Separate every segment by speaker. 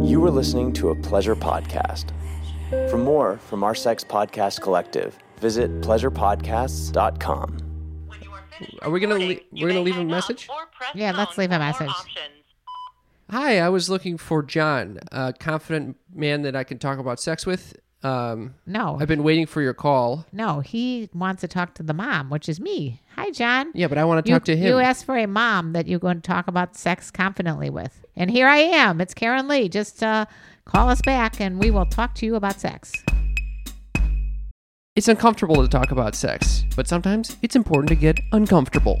Speaker 1: You were listening to a pleasure podcast. For more from our sex podcast collective, visit pleasurepodcasts.com.
Speaker 2: When you are finished
Speaker 3: Are we gonna
Speaker 2: recording,
Speaker 3: lea-
Speaker 2: you
Speaker 3: we're gonna
Speaker 2: may
Speaker 3: leave a
Speaker 2: hang up
Speaker 3: message?
Speaker 2: or press
Speaker 4: Yeah, let's
Speaker 2: pound
Speaker 4: leave a
Speaker 2: for more
Speaker 4: message.
Speaker 2: options.
Speaker 3: Hi, I was looking for John, a confident man that I can talk about sex with. Um,
Speaker 4: No,
Speaker 3: I've been waiting for your call.
Speaker 4: no, he wants to talk to the mom, which is me. Hi, John.
Speaker 3: Yeah, but I want to
Speaker 4: You,
Speaker 3: talk to him.
Speaker 4: you asked for a mom that you're going to talk about sex confidently with. And here I am. It's Karen Lee. Just uh, call us back and we will talk to you about sex.
Speaker 3: it's uncomfortable to talk about sex, but sometimes it's important to get uncomfortable.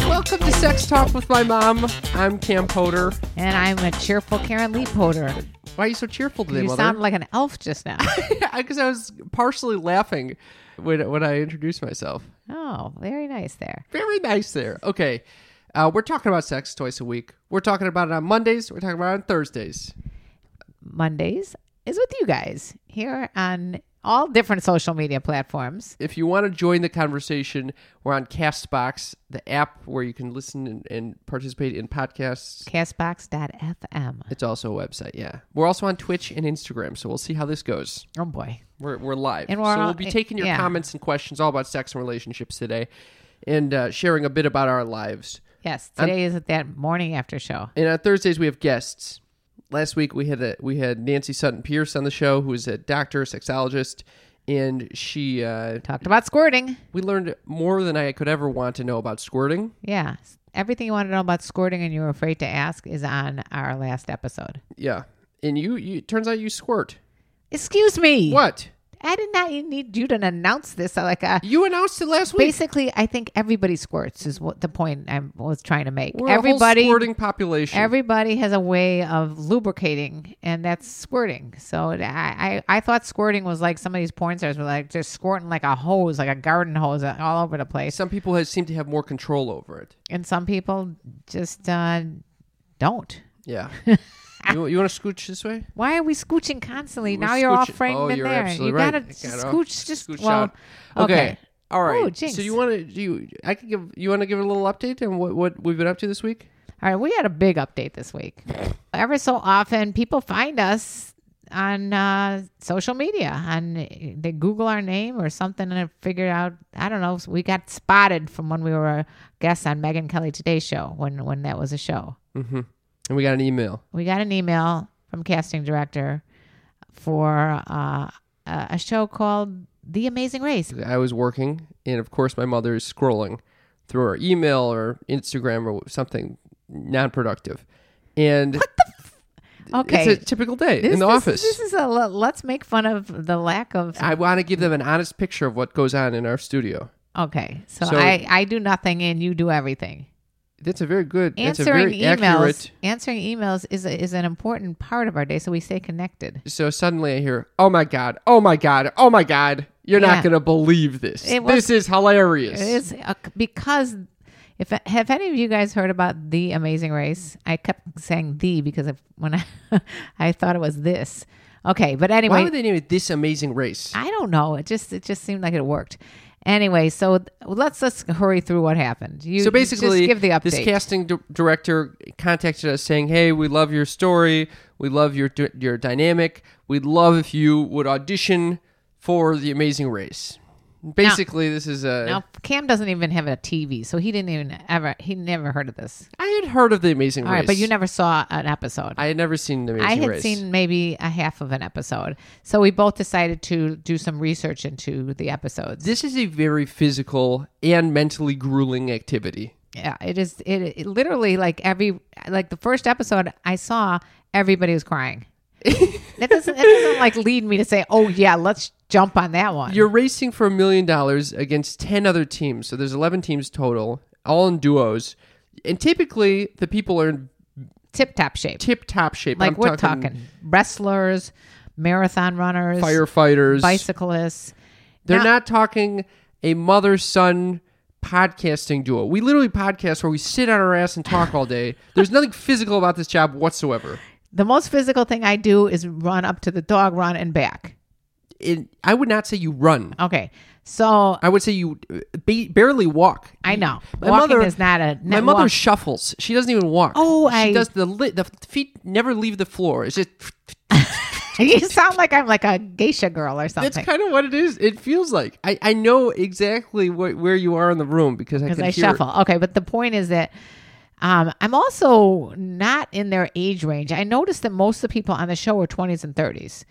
Speaker 3: Welcome to Sex Talk with My Mom. I'm Cam Potter.
Speaker 4: And I'm a cheerful Karen Lee Potter.
Speaker 3: Why are you so cheerful today,
Speaker 4: You
Speaker 3: Mother?
Speaker 4: sound like an elf just now.
Speaker 3: Because I was partially laughing when, when I introduced myself.
Speaker 4: oh, very nice there.
Speaker 3: Very nice there. Okay. Uh, we're talking about sex twice a week. We're talking about it on Mondays. We're talking about it on Thursdays.
Speaker 4: Mondays is with you guys here on all different social media platforms.
Speaker 3: If you want to join the conversation, we're on Castbox, the app where you can listen and, and participate in podcasts.
Speaker 4: Castbox.fm.
Speaker 3: It's also a website, yeah. We're also on Twitch and Instagram, so we'll see how this goes.
Speaker 4: Oh, boy.
Speaker 3: We're, we're live.
Speaker 4: And we're
Speaker 3: so
Speaker 4: all-
Speaker 3: we'll be taking your
Speaker 4: yeah.
Speaker 3: comments and questions all about sex and relationships today and uh, sharing a bit about our lives.
Speaker 4: Yes, today is that morning after show.
Speaker 3: And on Thursdays we have guests. Last week we had a, we had Nancy Sutton Pierce on the show, who is a doctor, sexologist, and she uh,
Speaker 4: Talked about squirting.
Speaker 3: we learned more than I could ever want to know about squirting.
Speaker 4: Yeah. Everything you want to know about squirting and you were afraid to ask is on our last episode.
Speaker 3: Yeah, and you, you it turns out you squirt.
Speaker 4: Excuse me.
Speaker 3: What
Speaker 4: I did not need you to announce this. Like, uh,
Speaker 3: you announced it last week?
Speaker 4: basically, I think everybody squirts is what the point I was trying to make.
Speaker 3: We're a
Speaker 4: everybody,
Speaker 3: whole squirting population.
Speaker 4: everybody has a way of lubricating, and that's squirting. So it- I, I, I thought squirting was like some of these porn stars were like just squirting like a hose, like a garden hose, uh, all over the place.
Speaker 3: Some people have, seem to have more control over it.
Speaker 4: And some people just uh, don't.
Speaker 3: Yeah. you you want to scooch this way?
Speaker 4: Why are we scooching constantly?
Speaker 3: We're
Speaker 4: now you're all
Speaker 3: scooching.
Speaker 4: framed
Speaker 3: Oh,
Speaker 4: in
Speaker 3: you're
Speaker 4: there.
Speaker 3: absolutely
Speaker 4: you
Speaker 3: right.
Speaker 4: gotta
Speaker 3: I gotta
Speaker 4: scooch just
Speaker 3: scooch
Speaker 4: well.
Speaker 3: out. Okay. All right.
Speaker 4: Ooh, jinx.
Speaker 3: so you want to do you, I could give you want to give a little update on what what we've been up to this week?
Speaker 4: All right, we had a big update this week. Ever so often, people find us on uh, social media, on uh, they Google our name or something and figure out. I don't know. We got spotted from when we were a guest on Megan Kelly Today Show when when that was a show.
Speaker 3: And we got an email.
Speaker 4: we got an email from casting director for uh, a a show called The Amazing Race.
Speaker 3: I was working, and of course, my mother is scrolling through her email or Instagram or something non-productive. And
Speaker 4: Okay,
Speaker 3: it's a typical day in the office.
Speaker 4: This is a le- let's make fun of the lack of.
Speaker 3: I want to give them an honest picture of what goes on in our studio.
Speaker 4: Okay, so,
Speaker 3: So-
Speaker 4: I I do nothing and you do everything.
Speaker 3: That's a very good. that's a
Speaker 4: Answering
Speaker 3: very
Speaker 4: emails,
Speaker 3: accurate.
Speaker 4: answering emails is a, is an important part of our day, so we stay connected.
Speaker 3: So suddenly I hear, "Oh my god! Oh my god! Oh my god! You're
Speaker 4: Yeah.
Speaker 3: not gonna believe this.
Speaker 4: It was-
Speaker 3: this is hilarious."
Speaker 4: It is uh, because if have any of you guys heard about the Amazing Race? I kept saying the because of when I I thought it was this. Okay, but
Speaker 3: Why
Speaker 4: anyway,
Speaker 3: would they name it "This Amazing Race"?
Speaker 4: I don't know. It just it just seemed like it worked. Anyway, so th- let's just hurry through what happened. You
Speaker 3: so basically,
Speaker 4: just give the update.
Speaker 3: this casting d- director contacted us saying, "Hey, we love your story. We love your d- your dynamic. We'd love if you would audition for the Amazing Race." Basically, this is a.
Speaker 4: now Cam doesn't even have a TV, so he didn't even ever he never heard of this.
Speaker 3: I had heard of the Amazing
Speaker 4: All
Speaker 3: Race,
Speaker 4: right, but you never saw an episode.
Speaker 3: I had never seen the Amazing
Speaker 4: I had
Speaker 3: Race.
Speaker 4: seen maybe a half of an episode, so we both decided to do some research into the episodes.
Speaker 3: this is a very physical and mentally grueling activity.
Speaker 4: yeah it is it, it literally like every like the first episode i saw everybody was crying that doesn't that doesn't like lead me to say oh yeah let's jump on that one
Speaker 3: You're racing for a million dollars against 10 other teams. So there's 11 teams total, all in duos. And typically, the people are in
Speaker 4: tip top shape
Speaker 3: tip top shape.
Speaker 4: like
Speaker 3: I'm
Speaker 4: we're
Speaker 3: talking,
Speaker 4: talking wrestlers marathon runners,
Speaker 3: firefighters.
Speaker 4: bicyclists.
Speaker 3: They're
Speaker 4: Now-
Speaker 3: not talking a mother son podcasting duo. We literally podcast where we sit on our ass and talk all day. There's nothing physical about this job whatsoever.
Speaker 4: The most physical thing I do is run up to the dog, run and back.
Speaker 3: It, I would not say you run.
Speaker 4: Okay, so
Speaker 3: I would say you uh, ba- barely walk.
Speaker 4: I know
Speaker 3: My
Speaker 4: walking
Speaker 3: mother-
Speaker 4: is not a
Speaker 3: My
Speaker 4: not
Speaker 3: mother
Speaker 4: walk-
Speaker 3: shuffles. She doesn't even walk.
Speaker 4: Oh,
Speaker 3: she
Speaker 4: I-
Speaker 3: does the li- the feet never leave the floor. It's just
Speaker 4: you sound like I'm like a geisha girl or something.
Speaker 3: that's kind of what it is. It feels like I, I know exactly wh- where you are in the room because I
Speaker 4: because
Speaker 3: can
Speaker 4: I
Speaker 3: hear.
Speaker 4: shuffle. Okay, but the point is that um, I'm also not in their age range. I noticed that most of the people on the show are 20s and 30s.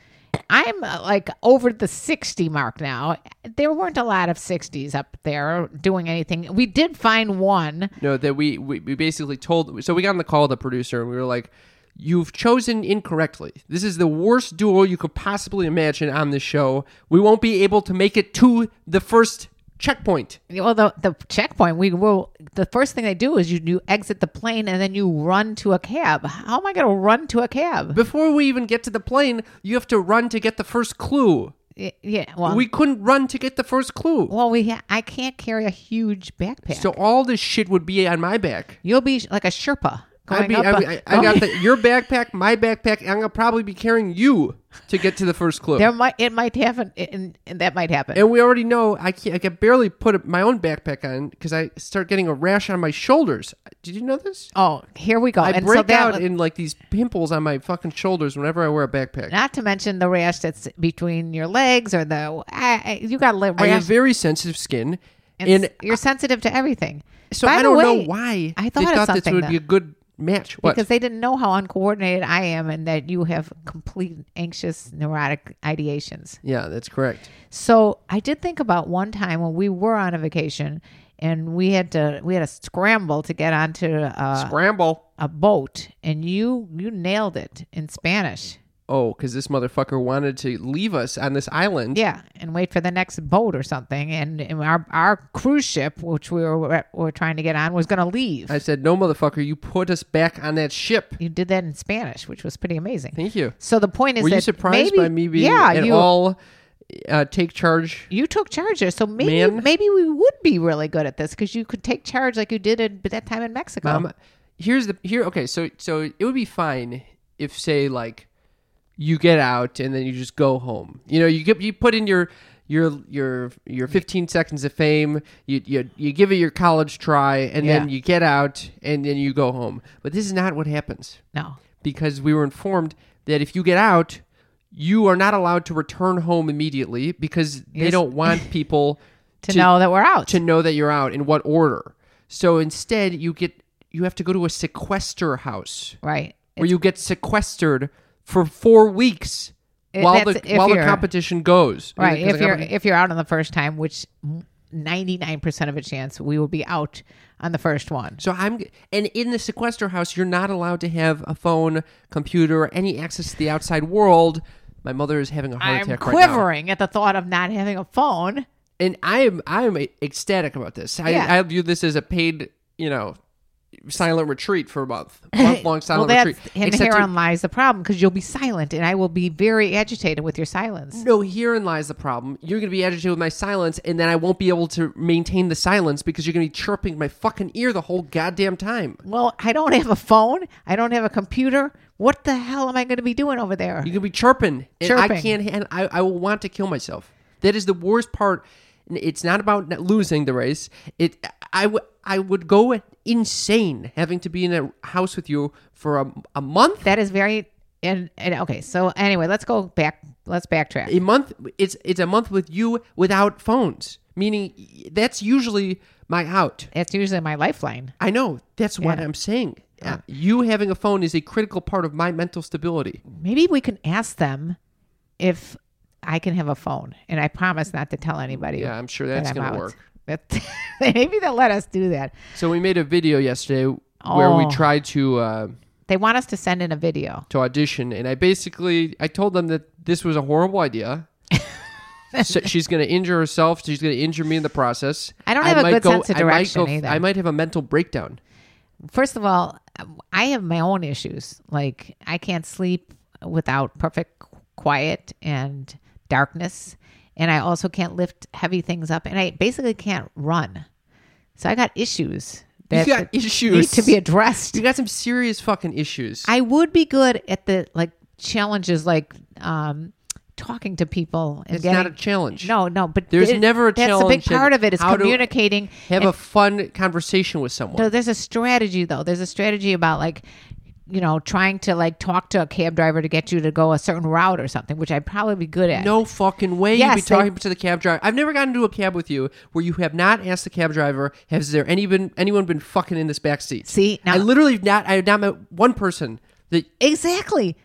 Speaker 4: I'm uh, like over the 60 mark now. There weren't a lot of 60s up there doing anything. We did find one.
Speaker 3: No, that we, we we basically told. So we got on the call with the producer and we were like, "You've chosen incorrectly. This is the worst duo you could possibly imagine on this show. We won't be able to make it to the first checkpoint."
Speaker 4: Well, the, the checkpoint, we will. The first thing they do is you, you exit the plane and then you run to a cab. How am I going to run to a cab?
Speaker 3: Before we even get to the plane, you have to run to get the first clue.
Speaker 4: Y- Yeah. Well,
Speaker 3: We couldn't run to get the first clue.
Speaker 4: well, we ha- I can't carry a huge backpack.
Speaker 3: So all this shit would be on my back.
Speaker 4: You'll be sh- like a Sherpa going
Speaker 3: I'd be,
Speaker 4: up.
Speaker 3: I,
Speaker 4: a-
Speaker 3: I, I got the, your backpack, my backpack, and I'm gonna probably be carrying you to get to the first clue.
Speaker 4: there might it might happen, and, and that might happen.
Speaker 3: and we already know I can't. I can barely put my own backpack on because I start getting a rash on my shoulders. Did you know this?
Speaker 4: oh, here we go.
Speaker 3: I
Speaker 4: and
Speaker 3: break
Speaker 4: so that,
Speaker 3: out in like these pimples on my fucking shoulders whenever I wear a backpack.
Speaker 4: not to mention the rash that's between your legs or the I, I- you got a little
Speaker 3: I have
Speaker 4: rash.
Speaker 3: very sensitive skin,
Speaker 4: and
Speaker 3: and
Speaker 4: s- you're sensitive to everything.
Speaker 3: so
Speaker 4: By
Speaker 3: I
Speaker 4: the
Speaker 3: don't know
Speaker 4: way,
Speaker 3: why
Speaker 4: I thought
Speaker 3: they
Speaker 4: of
Speaker 3: thought this
Speaker 4: something
Speaker 3: would
Speaker 4: though,
Speaker 3: be a good match. What?
Speaker 4: because they didn't know how uncoordinated I am and that you have complete anxious neurotic ideations.
Speaker 3: yeah, that's correct.
Speaker 4: So I did think about one time when we were on a vacation and we had to we had to scramble to get onto uh,
Speaker 3: Scramble.
Speaker 4: a boat and you you nailed it in spanish
Speaker 3: oh, because this motherfucker wanted to leave us on this island.
Speaker 4: yeah and wait for the next boat or something and, and our our cruise ship which we were, were trying to get on was going to leave
Speaker 3: I said, no, motherfucker, you put us back on that ship.
Speaker 4: you did that in spanish which was pretty amazing
Speaker 3: Thank you.
Speaker 4: so the point is
Speaker 3: Were
Speaker 4: that
Speaker 3: you surprised
Speaker 4: maybe-
Speaker 3: by me being
Speaker 4: yeah
Speaker 3: at
Speaker 4: you
Speaker 3: all uh, take charge?
Speaker 4: you took charge there, so maybe
Speaker 3: Man.
Speaker 4: maybe we would be really good at this because you could take charge like you did at but that time in Mexico.
Speaker 3: Um, here's the here. Okay, so so it would be fine if say like you get out and then you just go home. You know, you get you put in your your your your 15 seconds of fame. You you you give it your college try, and then
Speaker 4: Yeah.
Speaker 3: you get out and then you go home. But this is not what happens.
Speaker 4: no,
Speaker 3: because we were informed that if you get out, you are not allowed to return home immediately because they
Speaker 4: Yes.
Speaker 3: don't want people
Speaker 4: to, know that we're out.
Speaker 3: to know that you're out in what order. So instead, you get you have to go to a sequester house
Speaker 4: right.
Speaker 3: where you get sequestered for four weeks
Speaker 4: It-
Speaker 3: while
Speaker 4: that's
Speaker 3: the
Speaker 4: if
Speaker 3: while the
Speaker 4: you're-
Speaker 3: competition goes.
Speaker 4: right
Speaker 3: Because
Speaker 4: if
Speaker 3: the
Speaker 4: you're
Speaker 3: competi-
Speaker 4: if you're out on the first time which 99% of a chance we will be out on the first one
Speaker 3: so I'm and in the sequester house, you're not allowed to have a phone, computer, or any access to the outside world. My mother is having a heart
Speaker 4: i'm
Speaker 3: attack right now.
Speaker 4: quivering at the thought of not having a phone
Speaker 3: and I am I am ecstatic about this. I,
Speaker 4: Yeah.
Speaker 3: I view this as a paid, you know, silent retreat for a month, month long
Speaker 4: well
Speaker 3: silent
Speaker 4: that's
Speaker 3: retreat.
Speaker 4: and
Speaker 3: Except
Speaker 4: herein lies the problem because you'll be silent and i will be very agitated with your silence
Speaker 3: no, herein lies the problem. You're going to be agitated with my silence, and then I won't be able to maintain the silence because you're going to be chirping my fucking ear the whole goddamn time.
Speaker 4: well i don't have a phone i don't have a computer what the hell am i going to be doing over there
Speaker 3: You're going to be chirping, and I
Speaker 4: Chirping.
Speaker 3: can't. And I, I will want to kill myself. That is the worst part. And It's not about not losing the race. It I w- I would go insane having to be in a house with you for a, a month.
Speaker 4: that is very and, and okay so anyway let's go back let's backtrack
Speaker 3: a month it's it's a month with you without phones meaning that's usually my out
Speaker 4: that's usually my lifeline
Speaker 3: i know that's what
Speaker 4: Yeah.
Speaker 3: i'm saying Uh, you having a phone is a critical part of my mental stability
Speaker 4: maybe we can ask them if I can have a phone, and I promise not to tell anybody.
Speaker 3: yeah i'm sure
Speaker 4: that
Speaker 3: that's
Speaker 4: I'm
Speaker 3: gonna
Speaker 4: out.
Speaker 3: work
Speaker 4: That- maybe they'll let us do that.
Speaker 3: so we made a video yesterday where we
Speaker 4: Oh.
Speaker 3: tried to uh
Speaker 4: They want us to send in a video.
Speaker 3: to audition and i basically i told them that this was a horrible idea so she's going to injure herself. She's going to injure me in the process.
Speaker 4: I don't have a
Speaker 3: might
Speaker 4: good
Speaker 3: go-
Speaker 4: sense of
Speaker 3: I might
Speaker 4: direction
Speaker 3: go-
Speaker 4: either.
Speaker 3: I might have a mental breakdown.
Speaker 4: First of all, I have my own issues. Like I can't sleep without perfect quiet and darkness. And I also can't lift heavy things up. And I basically can't run. So I got issues
Speaker 3: got
Speaker 4: that that
Speaker 3: issues.
Speaker 4: need to be addressed.
Speaker 3: You got some serious fucking issues.
Speaker 4: I would be good at the like challenges, like um, talking to people and
Speaker 3: it's
Speaker 4: getting.
Speaker 3: not a challenge.
Speaker 4: no, no, but
Speaker 3: There's
Speaker 4: it-
Speaker 3: never a
Speaker 4: that's
Speaker 3: challenge.
Speaker 4: That's a big part of it is
Speaker 3: How to
Speaker 4: communicating.
Speaker 3: Have
Speaker 4: and-
Speaker 3: a fun conversation with someone.
Speaker 4: no, there's a strategy though. There's a strategy about like, you know, trying to like talk to a cab driver to get you to go a certain route or something, which I'd probably be good at.
Speaker 3: No fucking way you'd be
Speaker 4: Yes, they-
Speaker 3: talking to the cab driver. I've never gotten into a cab with you where you have not asked the cab driver, has there any been anyone been fucking in this back seat?
Speaker 4: See, now-
Speaker 3: I literally have not I have not met one person that
Speaker 4: exactly.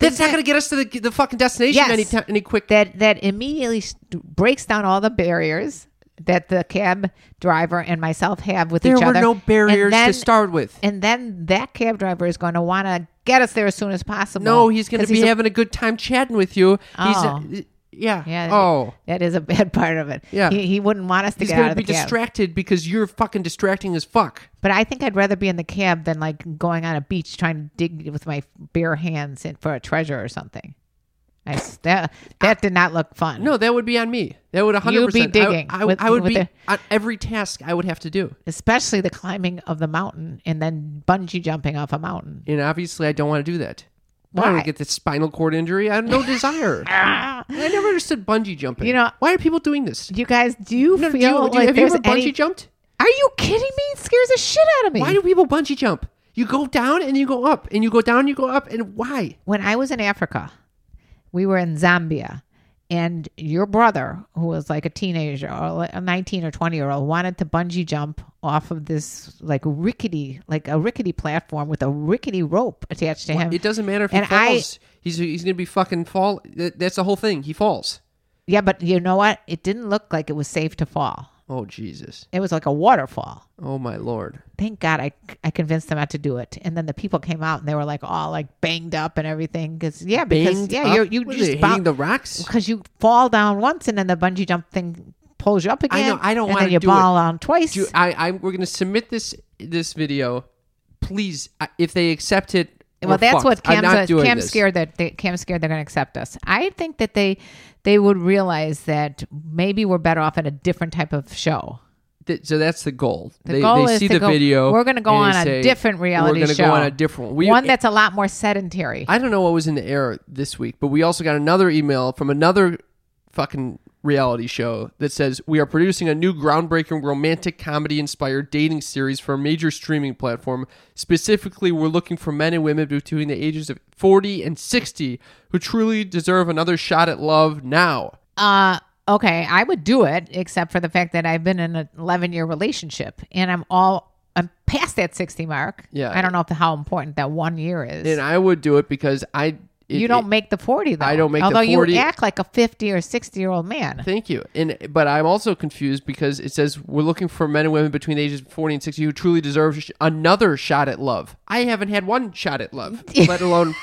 Speaker 3: that's not gonna get us to the, the fucking destination
Speaker 4: Yes.
Speaker 3: any ti- any quick
Speaker 4: that that immediately st- breaks down all the barriers that the cab driver and myself have with
Speaker 3: There
Speaker 4: each
Speaker 3: were
Speaker 4: other.
Speaker 3: no
Speaker 4: And
Speaker 3: barriers
Speaker 4: then-
Speaker 3: to start with.
Speaker 4: and then that cab driver is going to want to get us there as soon as possible.
Speaker 3: No, he's gonna
Speaker 4: 'Cause
Speaker 3: be
Speaker 4: a-
Speaker 3: having a good time chatting with you.
Speaker 4: Oh.
Speaker 3: He's yeah.
Speaker 4: Yeah, that-
Speaker 3: oh.
Speaker 4: that is a bad part of it.
Speaker 3: Yeah.
Speaker 4: he, he wouldn't want us to
Speaker 3: He's
Speaker 4: get out
Speaker 3: gonna
Speaker 4: of
Speaker 3: be
Speaker 4: the cab.
Speaker 3: distracted because you're fucking distracting as fuck.
Speaker 4: but I think I'd rather be in the cab than like going on a beach trying to dig with my bare hands in, for a treasure or something. I s that that did not look fun.
Speaker 3: No, that would be on me. That would 100%.
Speaker 4: You'd be
Speaker 3: I-
Speaker 4: digging
Speaker 3: I, I,
Speaker 4: with-
Speaker 3: would
Speaker 4: with
Speaker 3: be
Speaker 4: the-
Speaker 3: on every task I would have to do.
Speaker 4: especially the climbing of the mountain and then bungee jumping off a mountain.
Speaker 3: And obviously, I don't want to do that. I don't
Speaker 4: Why?
Speaker 3: want to get this spinal cord injury. I have no desire.
Speaker 4: Ah.
Speaker 3: I never understood bungee jumping.
Speaker 4: You know-
Speaker 3: why are people doing this?
Speaker 4: You guys, do you
Speaker 3: No, do
Speaker 4: feel
Speaker 3: you- do you-
Speaker 4: like
Speaker 3: have you
Speaker 4: there's
Speaker 3: ever bungee
Speaker 4: any?
Speaker 3: jumped?
Speaker 4: Are you kidding me? It scares the shit out of me.
Speaker 3: Why do people bungee jump? You go down and you go up, and you go down and you go up, and why?
Speaker 4: when I was in Africa, we were in Zambia, and your brother, who was like a teenager or like a 19 or 20 year old, wanted to bungee jump off of this like rickety, like a rickety platform with a rickety rope attached to him.
Speaker 3: It doesn't matter if he
Speaker 4: And I-
Speaker 3: falls. he's he's gonna be fucking fall. that- That's the whole thing. He falls.
Speaker 4: yeah, but you know what? It didn't look like it was safe to fall.
Speaker 3: Oh Jesus!
Speaker 4: It was like a waterfall.
Speaker 3: Oh my Lord!
Speaker 4: thank God I, I convinced them not to do it. And then the people came out and they were like all like banged up and everything. Cause yeah, because
Speaker 3: Banged
Speaker 4: yeah,
Speaker 3: up?
Speaker 4: you're, you
Speaker 3: What are they,
Speaker 4: just
Speaker 3: hitting the rocks.
Speaker 4: because you fall down once and then the bungee jump thing pulls you up again.
Speaker 3: know, I don't
Speaker 4: And
Speaker 3: wanna
Speaker 4: then you
Speaker 3: do
Speaker 4: fall
Speaker 3: it.
Speaker 4: down twice.
Speaker 3: Do I, I we're gonna submit this this video. Please, I- if they accept it,
Speaker 4: well,
Speaker 3: we're
Speaker 4: that's
Speaker 3: fucked.
Speaker 4: what
Speaker 3: I'm
Speaker 4: Cam
Speaker 3: not
Speaker 4: says.
Speaker 3: doing
Speaker 4: Cam's
Speaker 3: this.
Speaker 4: scared that they, Cam's scared they're going to accept us. I think that they they would realize that maybe we're better off at a different type of show.
Speaker 3: Th- so that's the goal.
Speaker 4: The
Speaker 3: they,
Speaker 4: goal
Speaker 3: they
Speaker 4: is
Speaker 3: see
Speaker 4: to
Speaker 3: the
Speaker 4: go,
Speaker 3: video.
Speaker 4: We're going to go
Speaker 3: and
Speaker 4: on
Speaker 3: they say,
Speaker 4: a different reality
Speaker 3: We're gonna
Speaker 4: show.
Speaker 3: go on a different we,
Speaker 4: one that's a lot more sedentary.
Speaker 3: I don't know what was in the air this week, but we also got another email from another fucking reality show that says we are producing a new groundbreaking romantic comedy inspired dating series for a major streaming platform. Specifically, we're looking for men and women between the ages of 40 and 60 who truly deserve another shot at love now.
Speaker 4: uh okay i would do it except for the fact that i've been in an 11 year relationship and i'm all i'm past that 60 mark
Speaker 3: Yeah.
Speaker 4: i don't know if, how important that one year is
Speaker 3: And I would do it because I it-
Speaker 4: you don't
Speaker 3: it-
Speaker 4: make the 40 though
Speaker 3: I don't make the
Speaker 4: although
Speaker 3: 40.
Speaker 4: you act like a 50 or 60 year old man
Speaker 3: Thank you. And but I'm also confused because it says we're looking for men and women between the ages of 40 and 60 who truly deserve sh- another shot at love. I haven't had one shot at love, let alone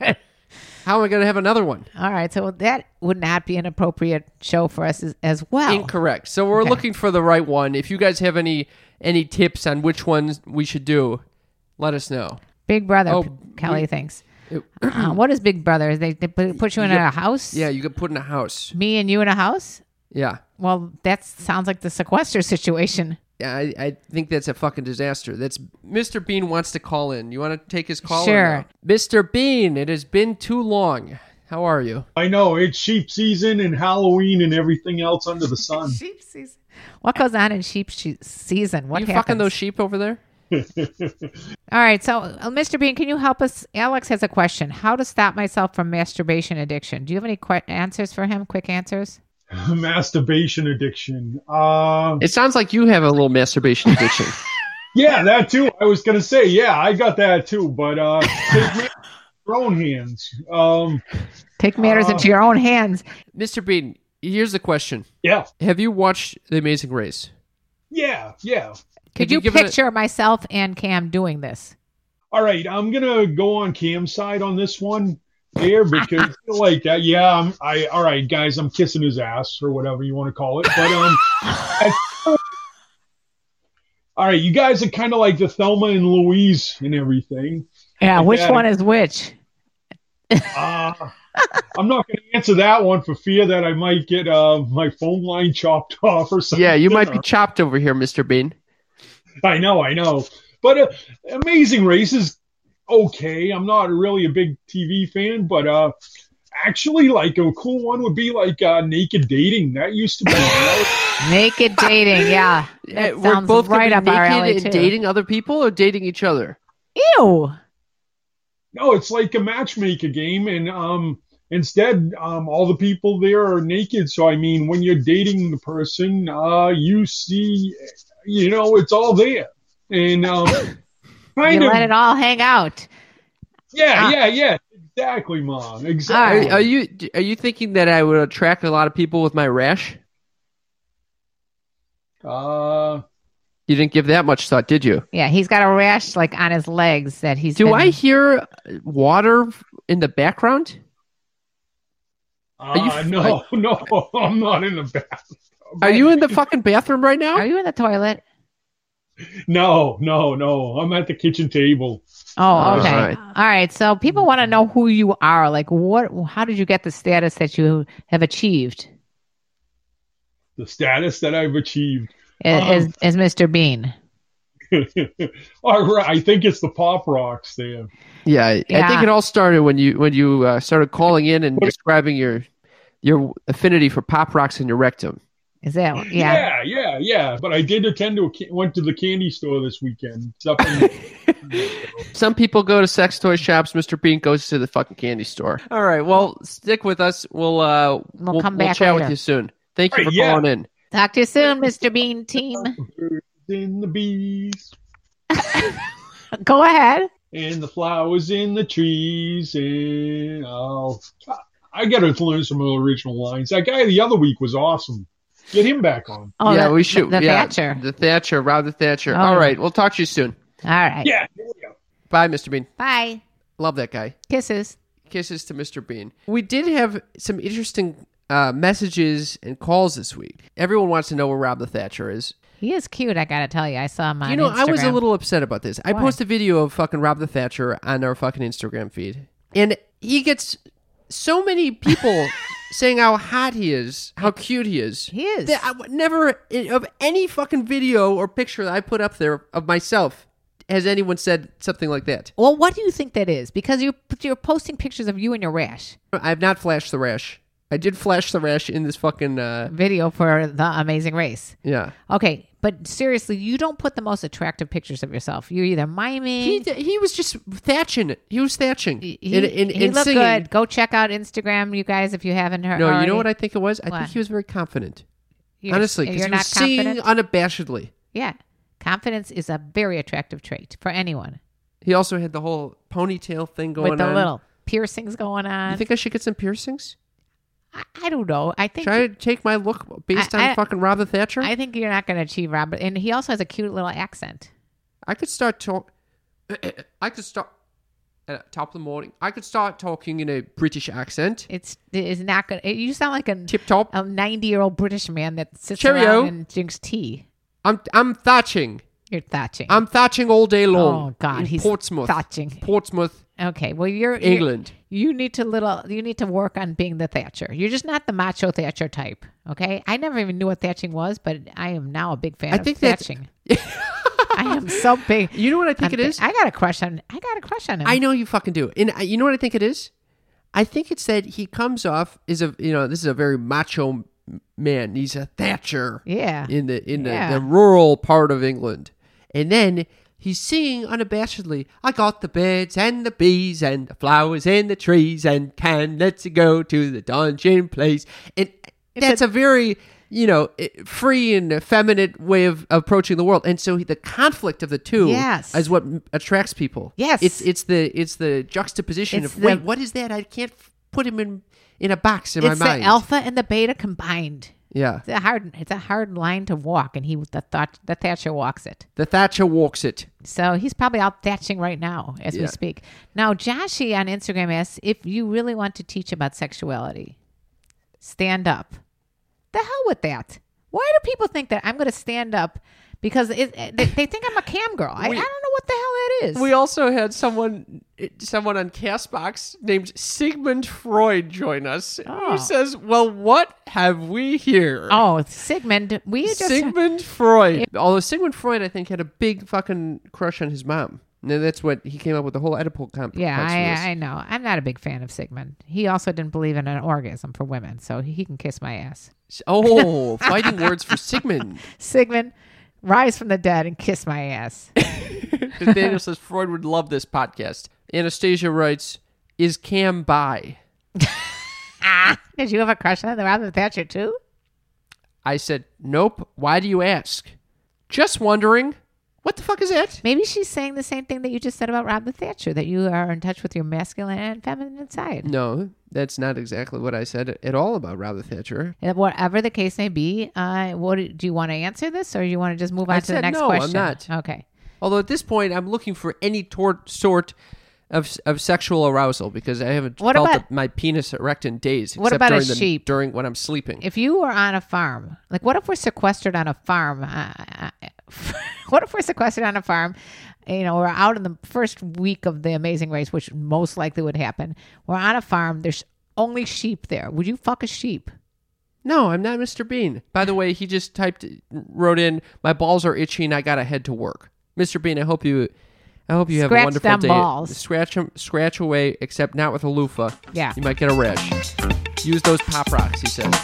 Speaker 3: how am I going to have another one?
Speaker 4: all right so that would not be an appropriate show for us as, as well
Speaker 3: Incorrect. So we're looking for the right one. If you guys have any any tips on which ones we should do, let us know.
Speaker 4: big brother
Speaker 3: Oh,
Speaker 4: P- kelly thinks
Speaker 3: It-
Speaker 4: Uh, what is big brother they, they put put you in a house
Speaker 3: yeah, you could put in a house.
Speaker 4: me and you in a house
Speaker 3: Yeah.
Speaker 4: well that sounds like the sequester situation
Speaker 3: Yeah, I, I think that's a fucking disaster. That's Mr. Bean wants to call in. You want to take his call? or
Speaker 4: Sure.
Speaker 3: no? Mr. Bean, it has been too long. How are you?
Speaker 2: I know it's sheep season and Halloween and everything else under the sun.
Speaker 4: sheep season. What goes on in sheep she- season? What
Speaker 3: you
Speaker 4: happens?
Speaker 3: fucking those sheep over there?
Speaker 4: All right, so uh, Mr. Bean, can you help us? Alex has a question: How to stop myself from masturbation addiction? Do you have any qu- answers for him? Quick answers.
Speaker 2: Masturbation addiction. Uh,
Speaker 3: It sounds like you have a little masturbation addiction.
Speaker 2: yeah, that too. I was gonna say, yeah, I got that too. But uh, take matters into your own hands. Um,
Speaker 4: Take matters
Speaker 2: Uh,
Speaker 4: into your own hands.
Speaker 3: Mr. Bean, here's the question:
Speaker 2: yeah,
Speaker 3: Have you watched The Amazing Race?
Speaker 2: yeah, yeah.
Speaker 4: Could
Speaker 3: have you
Speaker 4: you,
Speaker 3: given it-
Speaker 4: picture myself and Cam doing this?
Speaker 2: All right, I'm gonna go on Cam's side on this one here because I feel like that. Yeah, I'm, I. All right, guys, I'm kissing his ass or whatever you want to call it. But um, I- all right, you guys are kind of like the Thelma and Louise and everything.
Speaker 4: Yeah.
Speaker 2: Like
Speaker 4: Which
Speaker 2: that.
Speaker 4: one is which?
Speaker 2: Uh, I'm not going to answer that one for fear that I might get uh, my phone line chopped off or something.
Speaker 3: Yeah, you might be chopped over here, Mr. Bean.
Speaker 2: I know, I know. But uh, Amazing Race is okay. I'm not really a big TV fan, but uh, actually, like a cool one would be like uh, Naked Dating. That used to be.
Speaker 4: Naked dating, yeah.
Speaker 3: Eh,
Speaker 4: That
Speaker 3: We're
Speaker 4: sounds
Speaker 3: both gonna
Speaker 4: right
Speaker 3: be
Speaker 4: up
Speaker 3: naked
Speaker 4: our alley
Speaker 3: and
Speaker 4: too.
Speaker 3: dating other people or dating each other.
Speaker 4: Ew.
Speaker 2: no, it's like a matchmaker game, and um, instead, um, all the people there are naked. So I mean, when you're dating the person, uh, you see, you know, it's all there, and um,
Speaker 4: You
Speaker 2: kind of,
Speaker 4: let it all hang out.
Speaker 2: yeah,
Speaker 4: Ah.
Speaker 2: yeah, yeah, exactly, mom,
Speaker 4: All
Speaker 3: Are,
Speaker 2: exactly.
Speaker 4: right.
Speaker 3: are you are you thinking that I would attract a lot of people with my rash?
Speaker 2: Uh,
Speaker 3: You didn't give that much thought, did you?
Speaker 4: Yeah, he's got a rash like on his legs that he's.
Speaker 3: Do
Speaker 4: been-
Speaker 3: I hear water in the background? you
Speaker 2: uh, no, no, I'm not in the bathroom.
Speaker 3: Are you in the fucking bathroom right now?
Speaker 4: Are you in the toilet?
Speaker 2: No, no, no. I'm at the kitchen table.
Speaker 4: Oh,
Speaker 3: All
Speaker 4: okay. All
Speaker 3: right.
Speaker 4: right. So people want to know who you are. Like, what? How did you get the status that you have achieved
Speaker 2: The status that I've achieved.
Speaker 4: as as Mr. Bean?
Speaker 2: All right, I think it's the pop rocks there.
Speaker 3: Yeah, I- I think
Speaker 4: Yeah.
Speaker 3: it all started when you when you uh, started calling in and describing your your affinity for pop rocks in your rectum.
Speaker 4: Is that? Yeah.
Speaker 2: yeah, yeah. yeah. But I did attend to a ca- went to the candy store this weekend. It's up in-
Speaker 3: Some people go to sex toy shops. Mr. Bean goes to the fucking candy store. All right, well, stick with us. We'll uh, we'll,
Speaker 4: come
Speaker 3: we'll
Speaker 4: back
Speaker 3: chat with
Speaker 4: later.
Speaker 3: you soon. Thank you for
Speaker 2: All right, yeah.
Speaker 3: calling in.
Speaker 4: Talk to you soon, Mr. Bean team.
Speaker 2: in the bees
Speaker 4: Go ahead.
Speaker 2: and the flowers in the trees and oh, I got to learn some original lines. That guy the other week was awesome. Get him back on.
Speaker 4: Oh,
Speaker 3: yeah,
Speaker 4: the-
Speaker 3: we should.
Speaker 4: The, the
Speaker 3: yeah,
Speaker 4: Thatcher.
Speaker 3: The Thatcher, Rob the Thatcher.
Speaker 4: Oh.
Speaker 3: All right, we'll talk to you soon.
Speaker 4: All right.
Speaker 2: Yeah. here we go.
Speaker 3: Bye, Mr. Bean.
Speaker 4: Bye.
Speaker 3: Love that guy.
Speaker 4: Kisses.
Speaker 3: Kisses to Mr. Bean. We did have some interesting uh, messages and calls this week. Everyone wants to know where Rob the Thatcher is.
Speaker 4: He is cute. I gotta tell you, I saw him on.
Speaker 3: You know, I was a
Speaker 4: Instagram.
Speaker 3: little upset about this. I
Speaker 4: Why?
Speaker 3: posted a video of fucking Rob the Thatcher on our fucking Instagram feed, and he gets so many people saying how hot he is, how cute he is.
Speaker 4: He is.
Speaker 3: That I would never eh, of any fucking video or picture that I put up there of myself has anyone said something like that.
Speaker 4: Well, what do you think that is? Because you you're posting pictures of you and your rash
Speaker 3: I've not flashed the rash. I did flash the rash in this fucking uh,
Speaker 4: video for the Amazing Race.
Speaker 3: yeah.
Speaker 4: Okay, but seriously, you don't put the most attractive pictures of yourself. You're either miming.
Speaker 3: He, he was just thatching. it. He was thatching.
Speaker 4: he,
Speaker 3: in, in,
Speaker 4: he
Speaker 3: in
Speaker 4: looked
Speaker 3: singing.
Speaker 4: good. Go check out Instagram, you guys, if you haven't heard.
Speaker 3: No, you
Speaker 4: already.
Speaker 3: know what I think it was? I
Speaker 4: What?
Speaker 3: think he was very confident.
Speaker 4: You're-
Speaker 3: Honestly, because
Speaker 4: you're
Speaker 3: he
Speaker 4: not
Speaker 3: was singing
Speaker 4: confident.
Speaker 3: unabashedly.
Speaker 4: yeah, confidence is a very attractive trait for anyone
Speaker 3: He also had the whole ponytail thing going
Speaker 4: with the
Speaker 3: on.
Speaker 4: little piercings going
Speaker 3: You
Speaker 4: on.
Speaker 3: think I should get some piercings?
Speaker 4: I, I don't know. I think
Speaker 3: Should I take my look based
Speaker 4: I-
Speaker 3: on
Speaker 4: I-
Speaker 3: fucking Rob the Thatcher? I,
Speaker 4: I think you're not going to achieve Robert. And he also has a cute little accent.
Speaker 3: could start talk. I could start at top of the morning. I could start talking in a British accent.
Speaker 4: It's it's not going. to... You sound like a
Speaker 3: Tip top.
Speaker 4: a 90 year old British man that sits
Speaker 3: Cheerio.
Speaker 4: around and drinks tea.
Speaker 3: I'm I'm thatching.
Speaker 4: You're thatching.
Speaker 3: I'm thatching all day long.
Speaker 4: Oh, God,
Speaker 3: in
Speaker 4: he's
Speaker 3: Portsmouth.
Speaker 4: thatching.
Speaker 3: Portsmouth,
Speaker 4: Okay, well you're you're-
Speaker 3: England.
Speaker 4: you need to little you need to work on being the Thatcher. You're just not the macho Thatcher type. Okay, I never even knew what thatching was, but I am now a big fan.
Speaker 3: I
Speaker 4: of
Speaker 3: think that's-
Speaker 4: thatching. I am so big.
Speaker 3: You know what I think it
Speaker 4: I'm
Speaker 3: is?
Speaker 4: thi- I got a crush on. I got a crush on him.
Speaker 3: I know you fucking do. And I, you know what I think it is? I think it's that he comes off is a you know this is a very macho m- man. He's a Thatcher
Speaker 4: Yeah.
Speaker 3: in the in the,
Speaker 4: Yeah.
Speaker 3: the rural part of England, and then he's singing unabashedly. I got the birds and the bees and the flowers and the trees and can let's go to the dungeon place. And that's a, very you know eh, free and effeminate way of approaching the world. And so he, the conflict of the two
Speaker 4: Yes.
Speaker 3: is what m- attracts people.
Speaker 4: Yes.
Speaker 3: it's it's the it's the juxtaposition
Speaker 4: It's
Speaker 3: of
Speaker 4: the-
Speaker 3: wait, what is that? I can't f- put him in in a box in
Speaker 4: it's the
Speaker 3: my mind.
Speaker 4: alpha and the beta combined.
Speaker 3: yeah,
Speaker 4: It's a hard. It's a hard line to walk, and he the thought the Thatcher walks it.
Speaker 3: the Thatcher walks it.
Speaker 4: So he's probably out thatching right now as
Speaker 3: Yeah.
Speaker 4: we speak. Now, Joshy on Instagram asks if you really want to teach about sexuality, stand up. The hell with that. Why do people think that I'm going to stand up because it, eh, they, they think I'm a cam girl. I, I don't know what the hell that is.
Speaker 3: We also had someone someone on Castbox named Sigmund Freud join us
Speaker 4: Oh.
Speaker 3: who says, Well, what have we here?
Speaker 4: oh, Sigmund, we just
Speaker 3: Sigmund Freud. Although Sigmund Freud, I think, had a big fucking crush on his mom. And that's what he came up with the whole Oedipal complex.
Speaker 4: yeah,
Speaker 3: for this.
Speaker 4: I, I know. I'm not a big fan of Sigmund. He also didn't believe in an orgasm for women, so he can kiss my ass.
Speaker 3: Oh, fighting words for Sigmund.
Speaker 4: Sigmund, rise from the dead and kiss my ass.
Speaker 3: Daniel says Freud would love this podcast. Anastasia writes, "Is Cam bi?"
Speaker 4: ah, did you have a crush on the Robin Thatcher too?
Speaker 3: I said, "Nope. Why do you ask?" Just wondering. What the fuck is that?
Speaker 4: Maybe she's saying the same thing that you just said about Robin Thatcher, that you are in touch with your masculine and feminine side.
Speaker 3: No, that's not exactly what I said at all about Robert Thatcher.
Speaker 4: And Whatever the case may be, uh, what do you want to answer this, or you want to just move on
Speaker 3: I
Speaker 4: to the
Speaker 3: said
Speaker 4: next
Speaker 3: no, I'm
Speaker 4: question?
Speaker 3: not.
Speaker 4: Okay.
Speaker 3: Although at this point, I'm looking for any tor- sort of of sexual arousal because I haven't
Speaker 4: What
Speaker 3: felt
Speaker 4: about-
Speaker 3: a- my penis erect in days.
Speaker 4: What
Speaker 3: except
Speaker 4: about a
Speaker 3: during the-
Speaker 4: sheep?
Speaker 3: during when I'm sleeping?
Speaker 4: If you were on a farm, like what if we're sequestered on a farm? Uh, uh, what if we're sequestered on a farm? You know, we're out in the first week of the Amazing Race, which most likely would happen. We're on a farm. There's only sheep there. Would you fuck a sheep?
Speaker 3: no, I'm not Mr. Bean. By the way, he just typed wrote in, "My balls are itchy and I gotta head to work." Mr. Bean, I hope you. I hope you have
Speaker 4: Scratch
Speaker 3: a wonderful
Speaker 4: them
Speaker 3: day.
Speaker 4: balls.
Speaker 3: Scratch 'em- scratch away, except not with a loofah.
Speaker 4: Yeah.
Speaker 3: you might get a rash. Use those pop rocks, he says.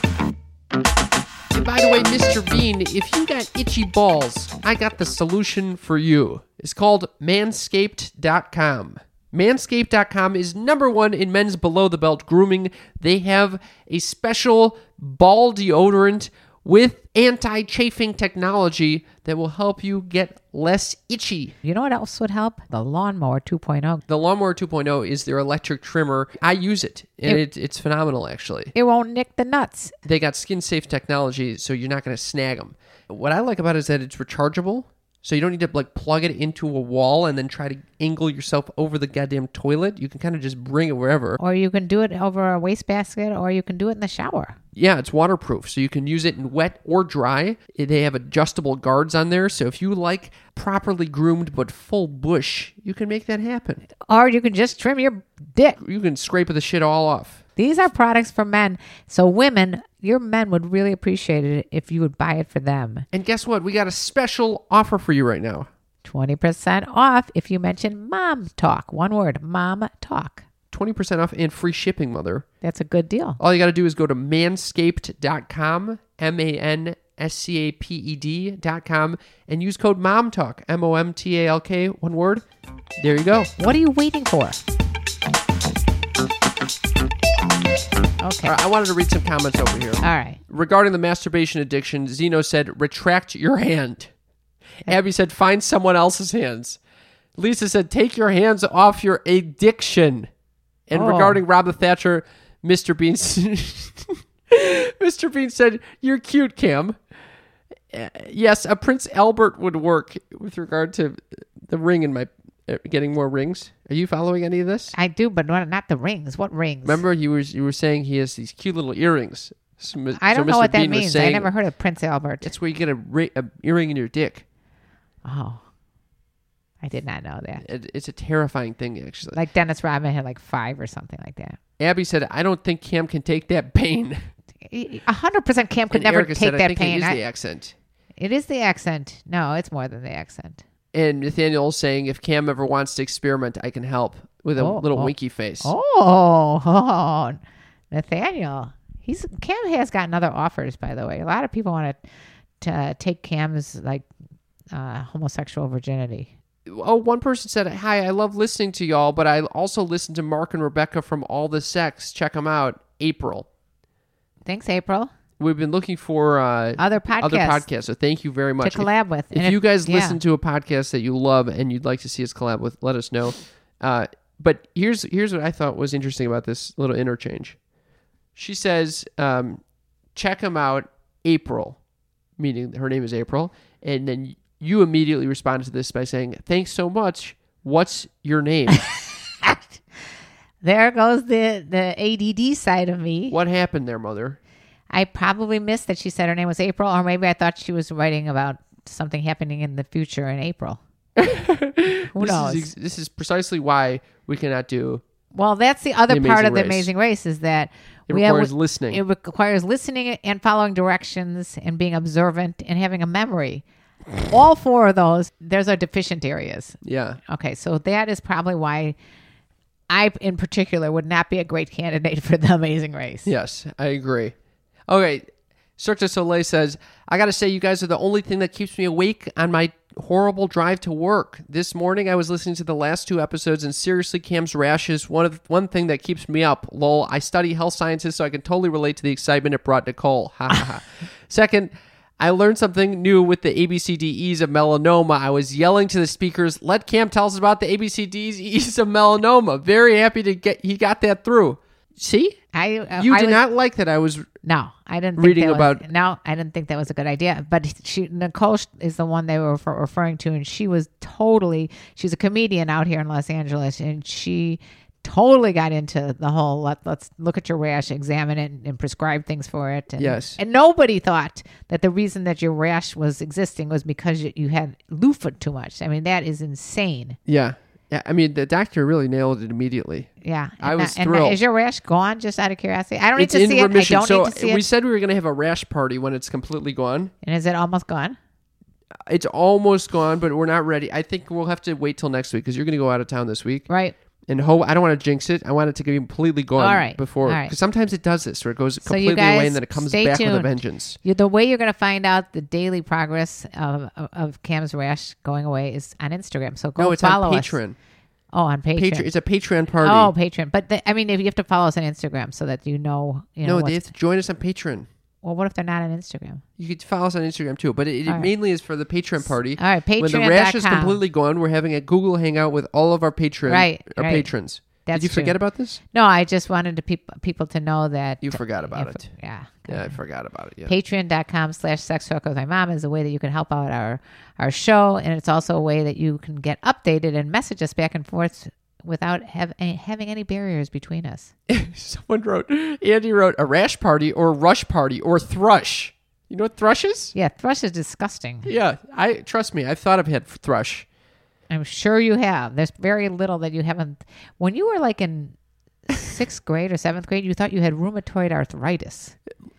Speaker 3: And by the way, Mr. Bean, if you got itchy balls, I got the solution for you. It's called manscaped.com. Manscaped.com is number one in men's below the belt grooming. They have a special ball deodorant with anti chafing technology that will help you get less itchy.
Speaker 4: You know what else would help? The lawnmower oh. 2.0.
Speaker 3: The Lawnmower 2.0 is their electric trimmer. I use it, and it, it's phenomenal, actually.
Speaker 4: It won't nick the nuts.
Speaker 3: They got skin safe technology, so you're not going to snag them. What I like about it is that it's rechargeable, so you don't need to like plug it into a wall and then try to angle yourself over the goddamn toilet. You can kind of just bring it wherever.
Speaker 4: Or you can do it over a wastebasket, or you can do it in the shower.
Speaker 3: Yeah, it's waterproof, so you can use it in wet or dry. They have adjustable guards on there, so if you like properly groomed but full bush, you can make that happen.
Speaker 4: Or you can just trim your dick.
Speaker 3: You can scrape the shit all off.
Speaker 4: These are products for men. So, women, your men would really appreciate it if you would buy it for them.
Speaker 3: And guess what? We got a special offer for you right now.
Speaker 4: 20% off if you mention mom talk. One word, mom talk.
Speaker 3: 20% off and free shipping, mother.
Speaker 4: That's a good deal.
Speaker 3: All you got to do is go to manscaped.com, M A N S C A P E D.com, and use code MOMTALK, M O M T A L K, one word. There you go.
Speaker 4: What are you waiting for? Okay.
Speaker 3: All right, I wanted to read some comments over here.
Speaker 4: All right.
Speaker 3: Regarding the masturbation addiction, Zeno said, retract your hand. Abby said, find someone else's hands. Lisa said, take your hands off your addiction. And
Speaker 4: Oh.
Speaker 3: regarding Rob the Thatcher, Mr. Bean, Mr. Bean said, you're cute, Cam. Uh, yes, a Prince Albert would work with regard to the ring and my uh, getting more rings. Are you following any of this?
Speaker 4: I do, but not not the rings. What rings?
Speaker 3: Remember, you were you were saying he has these cute little earrings. So, mi-
Speaker 4: I
Speaker 3: so
Speaker 4: don't know
Speaker 3: Mr.
Speaker 4: what that
Speaker 3: Bean was
Speaker 4: means. I
Speaker 3: saying-
Speaker 4: never heard of Prince Albert.
Speaker 3: that's where you get a, ri- a earring in your dick.
Speaker 4: Oh, I did not know that.
Speaker 3: It, it's a terrifying thing, actually.
Speaker 4: Like Dennis Rodman had like five or something like that.
Speaker 3: Abby said, "I don't think Cam can take that pain."
Speaker 4: A hundred percent, Cam could
Speaker 3: And
Speaker 4: never
Speaker 3: Erica
Speaker 4: take
Speaker 3: said,
Speaker 4: that
Speaker 3: I think
Speaker 4: pain.
Speaker 3: It is
Speaker 4: I-
Speaker 3: the accent.
Speaker 4: it is the accent. No, it's more than the accent.
Speaker 3: And Nathaniel saying, "If Cam ever wants to experiment, I can help." With a
Speaker 4: Oh,
Speaker 3: little
Speaker 4: oh.
Speaker 3: winky face.
Speaker 4: Oh, oh, Nathaniel, he's Cam has gotten other offers. By the way, a lot of people want to to take Cam's like uh, homosexual virginity.
Speaker 3: oh, one person said, "Hi, I love listening to y'all, but I also listen to Mark and Rebecca from All the Sex. Check them out, April."
Speaker 4: Thanks, April.
Speaker 3: We've been looking for uh,
Speaker 4: Other podcasts
Speaker 3: other podcasts, so thank you very
Speaker 4: to
Speaker 3: much. If-
Speaker 4: collab with.
Speaker 3: if,
Speaker 4: And
Speaker 3: you guys
Speaker 4: yeah.
Speaker 3: listen to a podcast that you love and you'd like to see us collab with, let us know. Uh, but here's here's what I thought was interesting about this little interchange. She says, um, "Check him out, April," meaning her name is April, and then you immediately responded to this by saying, "Thanks so much. What's your name?
Speaker 4: there goes the the ADD side of me.
Speaker 3: what happened there, mother?"
Speaker 4: I probably missed that she said her name was April, or maybe I thought she was writing about something happening in the future in April.
Speaker 3: Who
Speaker 4: knows?
Speaker 3: Is, ex- this is precisely why we cannot do.
Speaker 4: Well, that's the other
Speaker 3: The
Speaker 4: part of
Speaker 3: Amazing
Speaker 4: the
Speaker 3: Race.
Speaker 4: Amazing Race is that
Speaker 3: It
Speaker 4: we have-
Speaker 3: requires listening.
Speaker 4: It requires listening and following directions and being observant and having a memory. All four of those, there's our deficient areas.
Speaker 3: yeah.
Speaker 4: Okay, so that is probably why I, in particular, would not be a great candidate for the Amazing Race.
Speaker 3: Yes, I agree. Okay, Cirque du Soleil says, I gotta say, you guys are the only thing that keeps me awake on my horrible drive to work. This morning, I was listening to the last two episodes, and seriously, Cam's rash is one of one thing that keeps me up. Lol, I study health sciences, so I can totally relate to the excitement it brought Nicole. Ha ha ha. Second. I learned something new with the ABCDEs of melanoma. I was yelling to the speakers, "Let Cam tell us about the ABCDEs of melanoma." Very happy to get he got that through. See,
Speaker 4: I uh,
Speaker 3: you
Speaker 4: I
Speaker 3: did
Speaker 4: was-
Speaker 3: not like that. I was
Speaker 4: No, I didn't think
Speaker 3: Reading
Speaker 4: that was-
Speaker 3: about-
Speaker 4: No, I didn't think that was a good idea. But she Nicole sh- is the one they were refer- referring to, and she was totally. She's a comedian out here in Los Angeles, and she totally got into the whole let, let's look at your rash examine it and, prescribe things for it and,
Speaker 3: Yes.
Speaker 4: and nobody thought that the reason that your rash was existing was because you, you had loofah too much i mean that is insane
Speaker 3: yeah. Yeah, I mean the doctor really nailed it immediately.
Speaker 4: yeah and
Speaker 3: I was
Speaker 4: and
Speaker 3: thrilled.
Speaker 4: is your rash gone just out of curiosity i don't
Speaker 3: It's
Speaker 4: need to
Speaker 3: in
Speaker 4: see
Speaker 3: remission.
Speaker 4: it i don't
Speaker 3: so
Speaker 4: need to see
Speaker 3: we
Speaker 4: it
Speaker 3: said we were going to have a rash party when it's completely gone.
Speaker 4: and is it almost gone
Speaker 3: It's almost gone, but we're not ready. I think we'll have to wait till next week because you're going to go out of town this week.
Speaker 4: right
Speaker 3: And ho, I don't want to jinx it. I want it to be completely gone
Speaker 4: All right.
Speaker 3: before
Speaker 4: All
Speaker 3: because
Speaker 4: right.
Speaker 3: sometimes it does this where it goes
Speaker 4: So you
Speaker 3: completely away
Speaker 4: guys
Speaker 3: and then it comes
Speaker 4: stay
Speaker 3: back with a
Speaker 4: tuned.
Speaker 3: vengeance.
Speaker 4: You, the way you're going to find out the daily progress of, of, of Cam's rash going away is on Instagram. So go
Speaker 3: No, it's
Speaker 4: follow
Speaker 3: on
Speaker 4: us.
Speaker 3: Patreon.
Speaker 4: Oh, on Patreon.
Speaker 3: Patreon. It's a Patreon party.
Speaker 4: Oh, Patreon. But the, I mean, if you have to follow us on Instagram so that you know, you know.
Speaker 3: no,
Speaker 4: what's-
Speaker 3: they have to join us on Patreon.
Speaker 4: well, what if they're not on Instagram?
Speaker 3: You could follow us on Instagram too, but it, it
Speaker 4: All right.
Speaker 3: mainly is for the Patreon party.
Speaker 4: All right,
Speaker 3: When the rash is
Speaker 4: patreon.com.
Speaker 3: completely gone, we're having a Google Hangout with all of our patron,
Speaker 4: Right,
Speaker 3: our
Speaker 4: right.
Speaker 3: patrons.
Speaker 4: That's
Speaker 3: Did you forget
Speaker 4: true.
Speaker 3: about this?
Speaker 4: No, I just wanted to peop- people to know that
Speaker 3: You forgot about
Speaker 4: if-
Speaker 3: it.
Speaker 4: Yeah.
Speaker 3: Yeah, I forgot about it. Yeah.
Speaker 4: patreon.com slash sex talk with my mom is a way that you can help out our our show and it's also a way that you can get updated and message us back and forth without have, having any barriers between us
Speaker 3: Someone wrote, Andy wrote a rash party or rush party or thrush. You know what thrush is?
Speaker 4: yeah thrush is disgusting
Speaker 3: Yeah, I trust me. I've thought of had thrush.
Speaker 4: i'm sure you have there's very little that you haven't when you were like in sixth grade or seventh grade you thought you had rheumatoid arthritis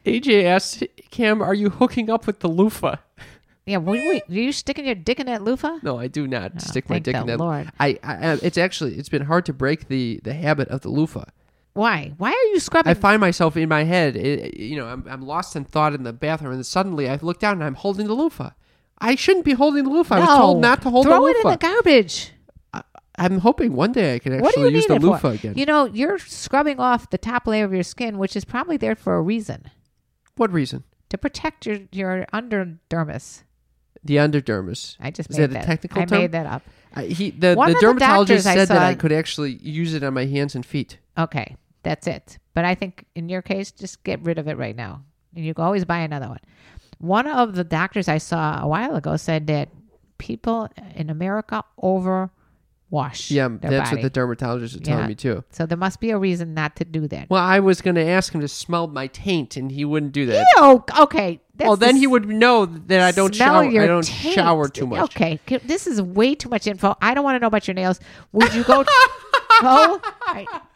Speaker 3: AJ asked Cam, "Are you hooking up with the loofah?"
Speaker 4: yeah wait, wait, are you sticking your dick in that loofah
Speaker 3: No, I do not stick my
Speaker 4: Oh, thank
Speaker 3: dick in
Speaker 4: the
Speaker 3: that.
Speaker 4: Lord.
Speaker 3: I, I, it's actually it's been hard to break the the habit of the loofah.
Speaker 4: why why are you scrubbing
Speaker 3: I find myself in my head, it, you know, I'm, I'm lost in thought in the bathroom, and suddenly I look down and I'm holding the loofah. I shouldn't be holding the loofah. I was told not to hold
Speaker 4: throw
Speaker 3: the
Speaker 4: it
Speaker 3: loofah.
Speaker 4: in the garbage
Speaker 3: I'm hoping one day I can
Speaker 4: What do
Speaker 3: actually
Speaker 4: you
Speaker 3: use the
Speaker 4: need it for?
Speaker 3: loofah again.
Speaker 4: You know, you're scrubbing off the top layer of your skin, which is probably there for a reason
Speaker 3: what reason?
Speaker 4: to protect your your underdermis.
Speaker 3: The underdermis.
Speaker 4: I just
Speaker 3: is
Speaker 4: made
Speaker 3: that, a technical
Speaker 4: I
Speaker 3: term?
Speaker 4: made that up.
Speaker 3: I, he, the,
Speaker 4: One
Speaker 3: the
Speaker 4: of the
Speaker 3: dermatologist
Speaker 4: doctors I
Speaker 3: said that
Speaker 4: saw-
Speaker 3: I could actually use it on my hands and feet.
Speaker 4: Okay, that's it. But I think in your case, just get rid of it right now, and you can always buy another one. One of the doctors I saw a while ago said that people in America overwash.
Speaker 3: Yeah,
Speaker 4: their
Speaker 3: that's
Speaker 4: body.
Speaker 3: what the dermatologist is telling
Speaker 4: Yeah.
Speaker 3: me too.
Speaker 4: so there must be a reason not to do that.
Speaker 3: Well, I was going to ask him to smell my taint, and he wouldn't do that.
Speaker 4: Oh, okay. That's
Speaker 3: Well, then
Speaker 4: the
Speaker 3: he would know that I don't
Speaker 4: smell
Speaker 3: shower.
Speaker 4: your
Speaker 3: I don't
Speaker 4: taint.
Speaker 3: shower too much.
Speaker 4: Okay, c- this is way too much info. I don't want to know about your nails. Would you go go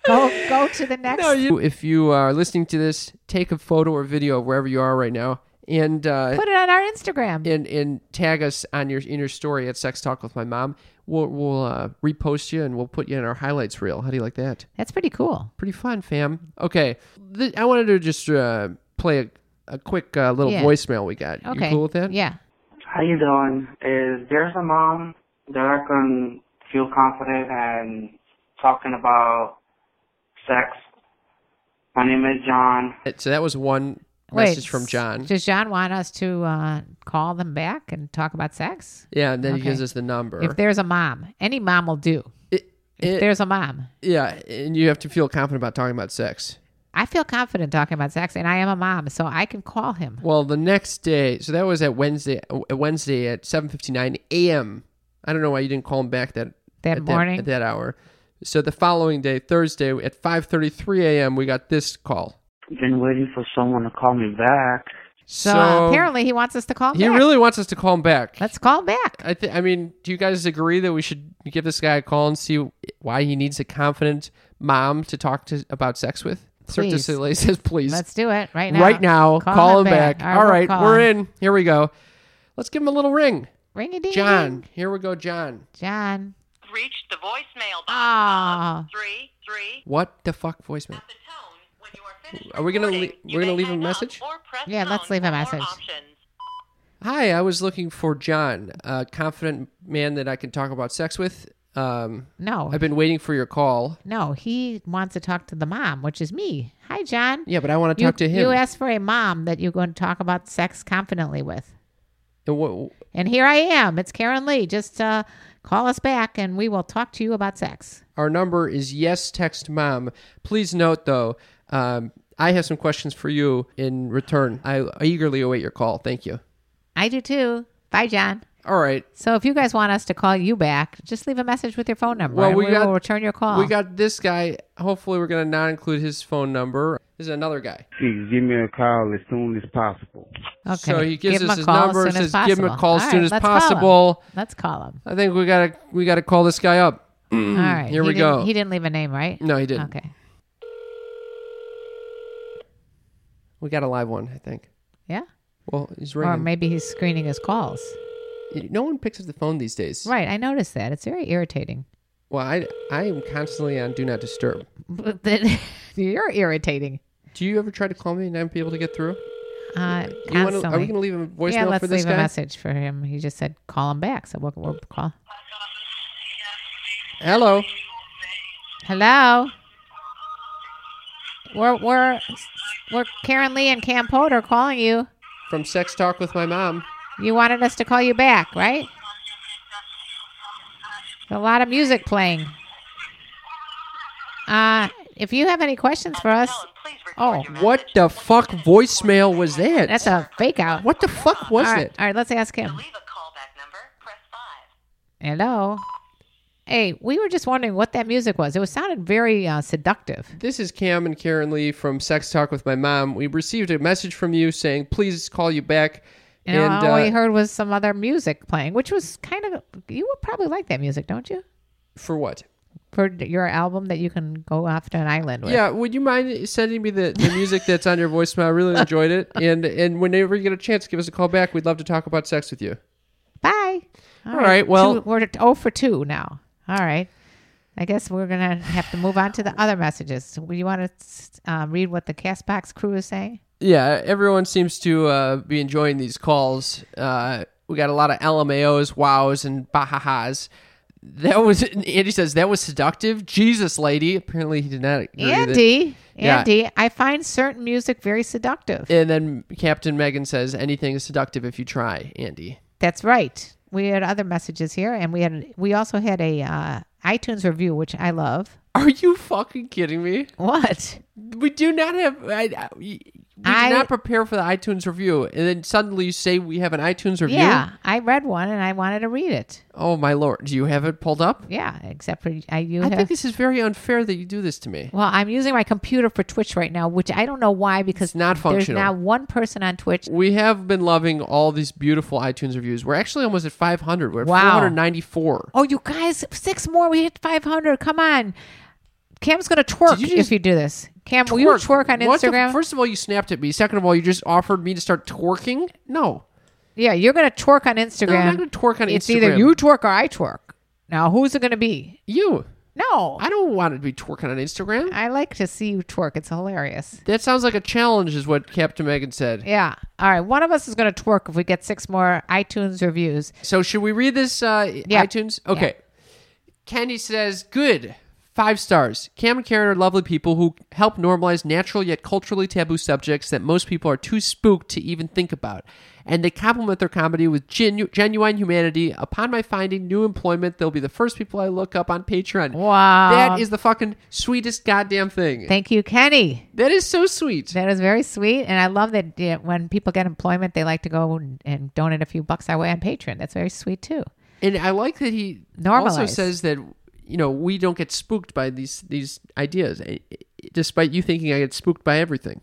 Speaker 4: go go to the next?
Speaker 3: No, you, if you are listening to this, take a photo or video of wherever you are right now, and uh,
Speaker 4: Put it on our Instagram.
Speaker 3: and and tag us on your in your story at Sex Talk with My Mom. We'll we'll uh, repost you and we'll put you in our highlights reel. How do you like that?
Speaker 4: That's pretty cool.
Speaker 3: Pretty fun, fam. Okay, Th- I wanted to just uh, play a, a quick uh, little
Speaker 4: Yeah.
Speaker 3: voicemail we got.
Speaker 4: Okay,
Speaker 3: You cool with that?
Speaker 4: Yeah.
Speaker 5: How you doing? Is there's a mom that I can feel confident and talking about sex. My name is John.
Speaker 3: So that was one
Speaker 4: Wait,
Speaker 3: message from John.
Speaker 4: Does John want us to uh, call them back and talk about sex?
Speaker 3: yeah, and then he
Speaker 4: Okay.
Speaker 3: gives us the number.
Speaker 4: If there's a mom, any mom will do.
Speaker 3: It-
Speaker 4: If
Speaker 3: it-
Speaker 4: there's a mom,
Speaker 3: yeah, and you have to feel confident about talking about sex.
Speaker 4: I feel confident talking about sex, and I am a mom, so I can call him.
Speaker 3: Well, the next day, so that was at Wednesday. At Wednesday at seven fifty nine a.m. I don't know why you didn't call him back that
Speaker 4: That
Speaker 3: at
Speaker 4: morning?
Speaker 3: at that hour. So the following day, Thursday at five thirty three a.m., we got this call.
Speaker 5: Been waiting for someone to call me back.
Speaker 4: So, apparently he wants us to call him
Speaker 3: he
Speaker 4: back.
Speaker 3: really wants us to call him back.
Speaker 4: Let's call him back.
Speaker 3: I think. I mean, do you guys agree that we should give this guy a call and see why he needs a confident mom to talk to about sex with? Cirque du
Speaker 4: Please.
Speaker 3: Soleil says, "Please,
Speaker 4: Let's do it right now.
Speaker 3: right now, call, him back." All
Speaker 4: we'll
Speaker 3: right,
Speaker 4: call
Speaker 3: we're
Speaker 4: him.
Speaker 3: in. Here we go. Let's give him a little ring,
Speaker 4: Ring a ding.
Speaker 3: John. Here we go, John.
Speaker 4: John.
Speaker 6: reached the voicemail
Speaker 4: Ah.
Speaker 6: three three.
Speaker 3: What the fuck voicemail?
Speaker 6: The tone when you are finished.
Speaker 3: Are we gonna
Speaker 6: recording,
Speaker 3: lea-
Speaker 6: you
Speaker 3: we're gonna
Speaker 6: may
Speaker 3: leave a
Speaker 6: hang up
Speaker 3: message?
Speaker 6: or press
Speaker 4: Yeah, let's
Speaker 6: pound
Speaker 4: leave a
Speaker 6: for more
Speaker 4: message.
Speaker 6: options.
Speaker 3: Hi, I was looking for John, a confident man that I can talk about sex with. Um,
Speaker 4: No.
Speaker 3: I've been waiting for your call.
Speaker 4: No, he wants to talk to the mom, which is me. Hi, John.
Speaker 3: Yeah, but I want to
Speaker 4: You,
Speaker 3: talk to him.
Speaker 4: you asked for a mom that you're going to talk about sex confidently with.
Speaker 3: And what-
Speaker 4: And here I am. It's Karen Lee. Just uh, call us back and we will talk to you about sex.
Speaker 3: Our number is yes text mom. Please note though, um, I have some questions for you in return. I eagerly await your call. Thank you.
Speaker 4: I do too. Bye, John.
Speaker 3: All right.
Speaker 4: So if you guys want us to call you back, just leave a message with your phone number.
Speaker 3: Well,
Speaker 4: and
Speaker 3: we
Speaker 4: we,
Speaker 3: got-
Speaker 4: will return your call.
Speaker 3: We got this guy. Hopefully, we're going to not include his phone number. This is another guy.
Speaker 7: Please give me a call as soon as possible.
Speaker 4: okay.
Speaker 3: So he gives
Speaker 4: give him
Speaker 3: us
Speaker 4: a
Speaker 3: his
Speaker 4: call
Speaker 3: number,
Speaker 4: As soon
Speaker 3: says, "Give him a
Speaker 4: possible."
Speaker 3: call as
Speaker 4: All
Speaker 3: soon
Speaker 4: right,
Speaker 3: as
Speaker 4: let's call him.
Speaker 3: possible.
Speaker 4: Let's call him.
Speaker 3: I think we got to we got to call this guy up.
Speaker 4: All right.
Speaker 3: Mm, Here
Speaker 4: He
Speaker 3: we
Speaker 4: didn't-
Speaker 3: go.
Speaker 4: He didn't leave a name, right?
Speaker 3: No, he didn't.
Speaker 4: Okay.
Speaker 3: We got a live one, I think.
Speaker 4: Yeah.
Speaker 3: Well, he's
Speaker 4: Or
Speaker 3: ringing.
Speaker 4: maybe he's screening his calls.
Speaker 3: no one picks up the phone these days.
Speaker 4: Right. I noticed that. It's very irritating.
Speaker 3: Well, I I am constantly on do not disturb.
Speaker 4: But then- You're irritating.
Speaker 3: Do you ever try to call me and not be able to get through?
Speaker 4: Uh,
Speaker 3: You wanna-
Speaker 4: constantly.
Speaker 3: are we going to leave a voicemail
Speaker 4: yeah, let's
Speaker 3: for this
Speaker 4: leave
Speaker 3: guy?
Speaker 4: a message for him. He just said call him back, so we'll, we'll call.
Speaker 3: Hello.
Speaker 4: Hello. We're we're we're Karen Lee and Cam Potter calling you.
Speaker 3: From Sex Talk with My Mom.
Speaker 4: You wanted us to call you back, right? A lot of music playing. Uh, if you have any questions for us,
Speaker 6: Please record
Speaker 4: oh,
Speaker 3: What the fuck voicemail was that?
Speaker 4: that's a fake out.
Speaker 3: What the fuck was
Speaker 4: All right,
Speaker 3: it?
Speaker 4: all right, let's ask him.
Speaker 6: leave a callback number. Press five.
Speaker 4: Hello. Hey, we were just wondering what that music was. It was sounded very uh, seductive.
Speaker 3: This is Cam and Karen Lee from Sex Talk with My Mom. We received a message from you saying, please call you back.
Speaker 4: And, all
Speaker 3: uh,
Speaker 4: we heard was some other music playing, which was kind of you would probably like that music, don't you?
Speaker 3: for what?
Speaker 4: For your album that you can go off to an island with.
Speaker 3: Yeah, would you mind sending me the, the music that's on your voicemail? I really enjoyed it. And and whenever you get a chance, give us a call back. We'd love to talk about sex with you.
Speaker 4: Bye.
Speaker 3: All right, well-
Speaker 4: Two- we're oh for two now. All right. I guess we're gonna have to move on to the other messages. Do you want to uh, read what the Castbox crew is saying?
Speaker 3: Yeah, everyone seems to uh, be enjoying these calls. Uh, we got a lot of LMAOs, wows, and bahahas. That was Andy says that was seductive. Jesus, lady. Apparently, he did not. Agree with it.
Speaker 4: Andy,
Speaker 3: Yeah.
Speaker 4: Andy, I find certain music very seductive.
Speaker 3: And then Captain Megan says anything is seductive if you try, Andy.
Speaker 4: That's right. We had other messages here, and we had we also had a uh, iTunes review, which I love.
Speaker 3: Are you fucking kidding me?
Speaker 4: What?
Speaker 3: We do not have. I, I, we did
Speaker 4: I-
Speaker 3: not prepare for the iTunes review, and then suddenly you say we have an iTunes review.
Speaker 4: Yeah, I read one and I wanted to read it.
Speaker 3: Oh my lord, do you have it pulled up?
Speaker 4: Yeah, except for I you
Speaker 3: I
Speaker 4: have.
Speaker 3: think this is very unfair that you do this to me.
Speaker 4: well, I'm using my computer for Twitch right now, which I don't know why because
Speaker 3: It's not
Speaker 4: there's
Speaker 3: functional.
Speaker 4: now one person on Twitch.
Speaker 3: We have been loving all these beautiful iTunes reviews. We're actually almost at 500. We're at
Speaker 4: Wow.
Speaker 3: 494.
Speaker 4: Oh, you guys, six more. We hit 500. Come on. Cam's going to twerk
Speaker 3: Did you just
Speaker 4: if you do this. Cam, will you twerk on
Speaker 3: What the-
Speaker 4: Instagram?
Speaker 3: first of all, you snapped at me. Second of all, you just offered me to start twerking. No,
Speaker 4: yeah, you're going to twerk on Instagram.
Speaker 3: No, I'm not gonna twerk on
Speaker 4: it's
Speaker 3: Instagram.
Speaker 4: It's either you twerk or I twerk. Now, who's it going to be?
Speaker 3: you.
Speaker 4: No.
Speaker 3: I don't want to be twerking on Instagram.
Speaker 4: I like to see you twerk. It's hilarious.
Speaker 3: that sounds like a challenge, is what Captain Megan said.
Speaker 4: Yeah. All right. One of us is going to twerk if we get six more iTunes reviews.
Speaker 3: So should we read this uh,
Speaker 4: Yeah.
Speaker 3: iTunes? Okay. Candy says, good. Five stars. Cam and Karen are lovely people who help normalize natural yet culturally taboo subjects that most people are too spooked to even think about. And they complement their comedy with genu- genuine humanity. Upon my finding new employment, they'll be the first people I look up on Patreon.
Speaker 4: Wow.
Speaker 3: That is the fucking sweetest goddamn thing.
Speaker 4: Thank you, Kenny.
Speaker 3: that is so sweet.
Speaker 4: That is very sweet, and I love that yeah, when people get employment, they like to go and, and donate a few bucks our way on Patreon. That's very sweet too.
Speaker 3: And I like that he also
Speaker 4: Normalize.
Speaker 3: says that you know we don't get spooked by these these ideas, eh, eh, despite you thinking I get spooked by everything.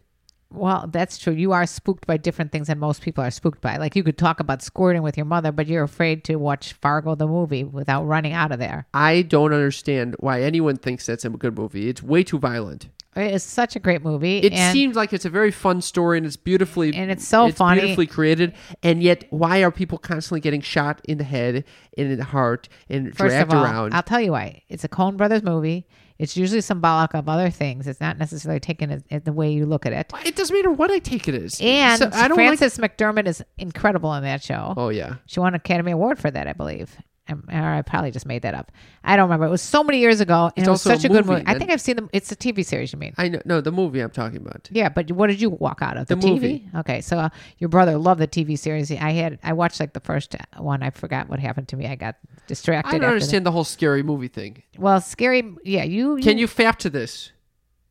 Speaker 4: Well, that's true. You are spooked by different things than most people are spooked by. Like you could talk about squirting with your mother, but you're afraid to watch Fargo the movie without running out of there.
Speaker 3: I don't understand why anyone thinks that's a good movie. It's way too violent.
Speaker 4: It's such a great movie.
Speaker 3: It
Speaker 4: and
Speaker 3: seems like it's a very fun story and it's beautifully
Speaker 4: And it's so funny.
Speaker 3: beautifully created. And yet, why are people constantly getting shot in the head and in the heart and
Speaker 4: first
Speaker 3: dragged
Speaker 4: of all,
Speaker 3: around?
Speaker 4: I'll tell you why. It's a Coen Brothers movie. It's usually symbolic of other things. It's not necessarily taken as, as the way you look at it.
Speaker 3: it doesn't matter what I take it as.
Speaker 4: And
Speaker 3: So I don't like.
Speaker 4: Frances McDermott is incredible in that show.
Speaker 3: Oh yeah,
Speaker 4: She won an Academy Award for that, I believe. Um, Or I probably just made that up. I don't remember. It was so many years ago, and it was
Speaker 3: also a
Speaker 4: such a, good
Speaker 3: movie,
Speaker 4: movie. I
Speaker 3: then.
Speaker 4: think I've seen the. It's a TV series, you mean?
Speaker 3: I know. No, the movie I'm talking about.
Speaker 4: Yeah, but what did you walk out of?
Speaker 3: The
Speaker 4: The, TV?
Speaker 3: movie.
Speaker 4: Okay, so uh, your brother loved the TV series. I had I watched like the first one. I forgot what happened to me. I got distracted.
Speaker 3: I don't
Speaker 4: after
Speaker 3: understand the whole scary movie thing.
Speaker 4: That. Well, scary. Yeah, you.
Speaker 3: Can you fap to this?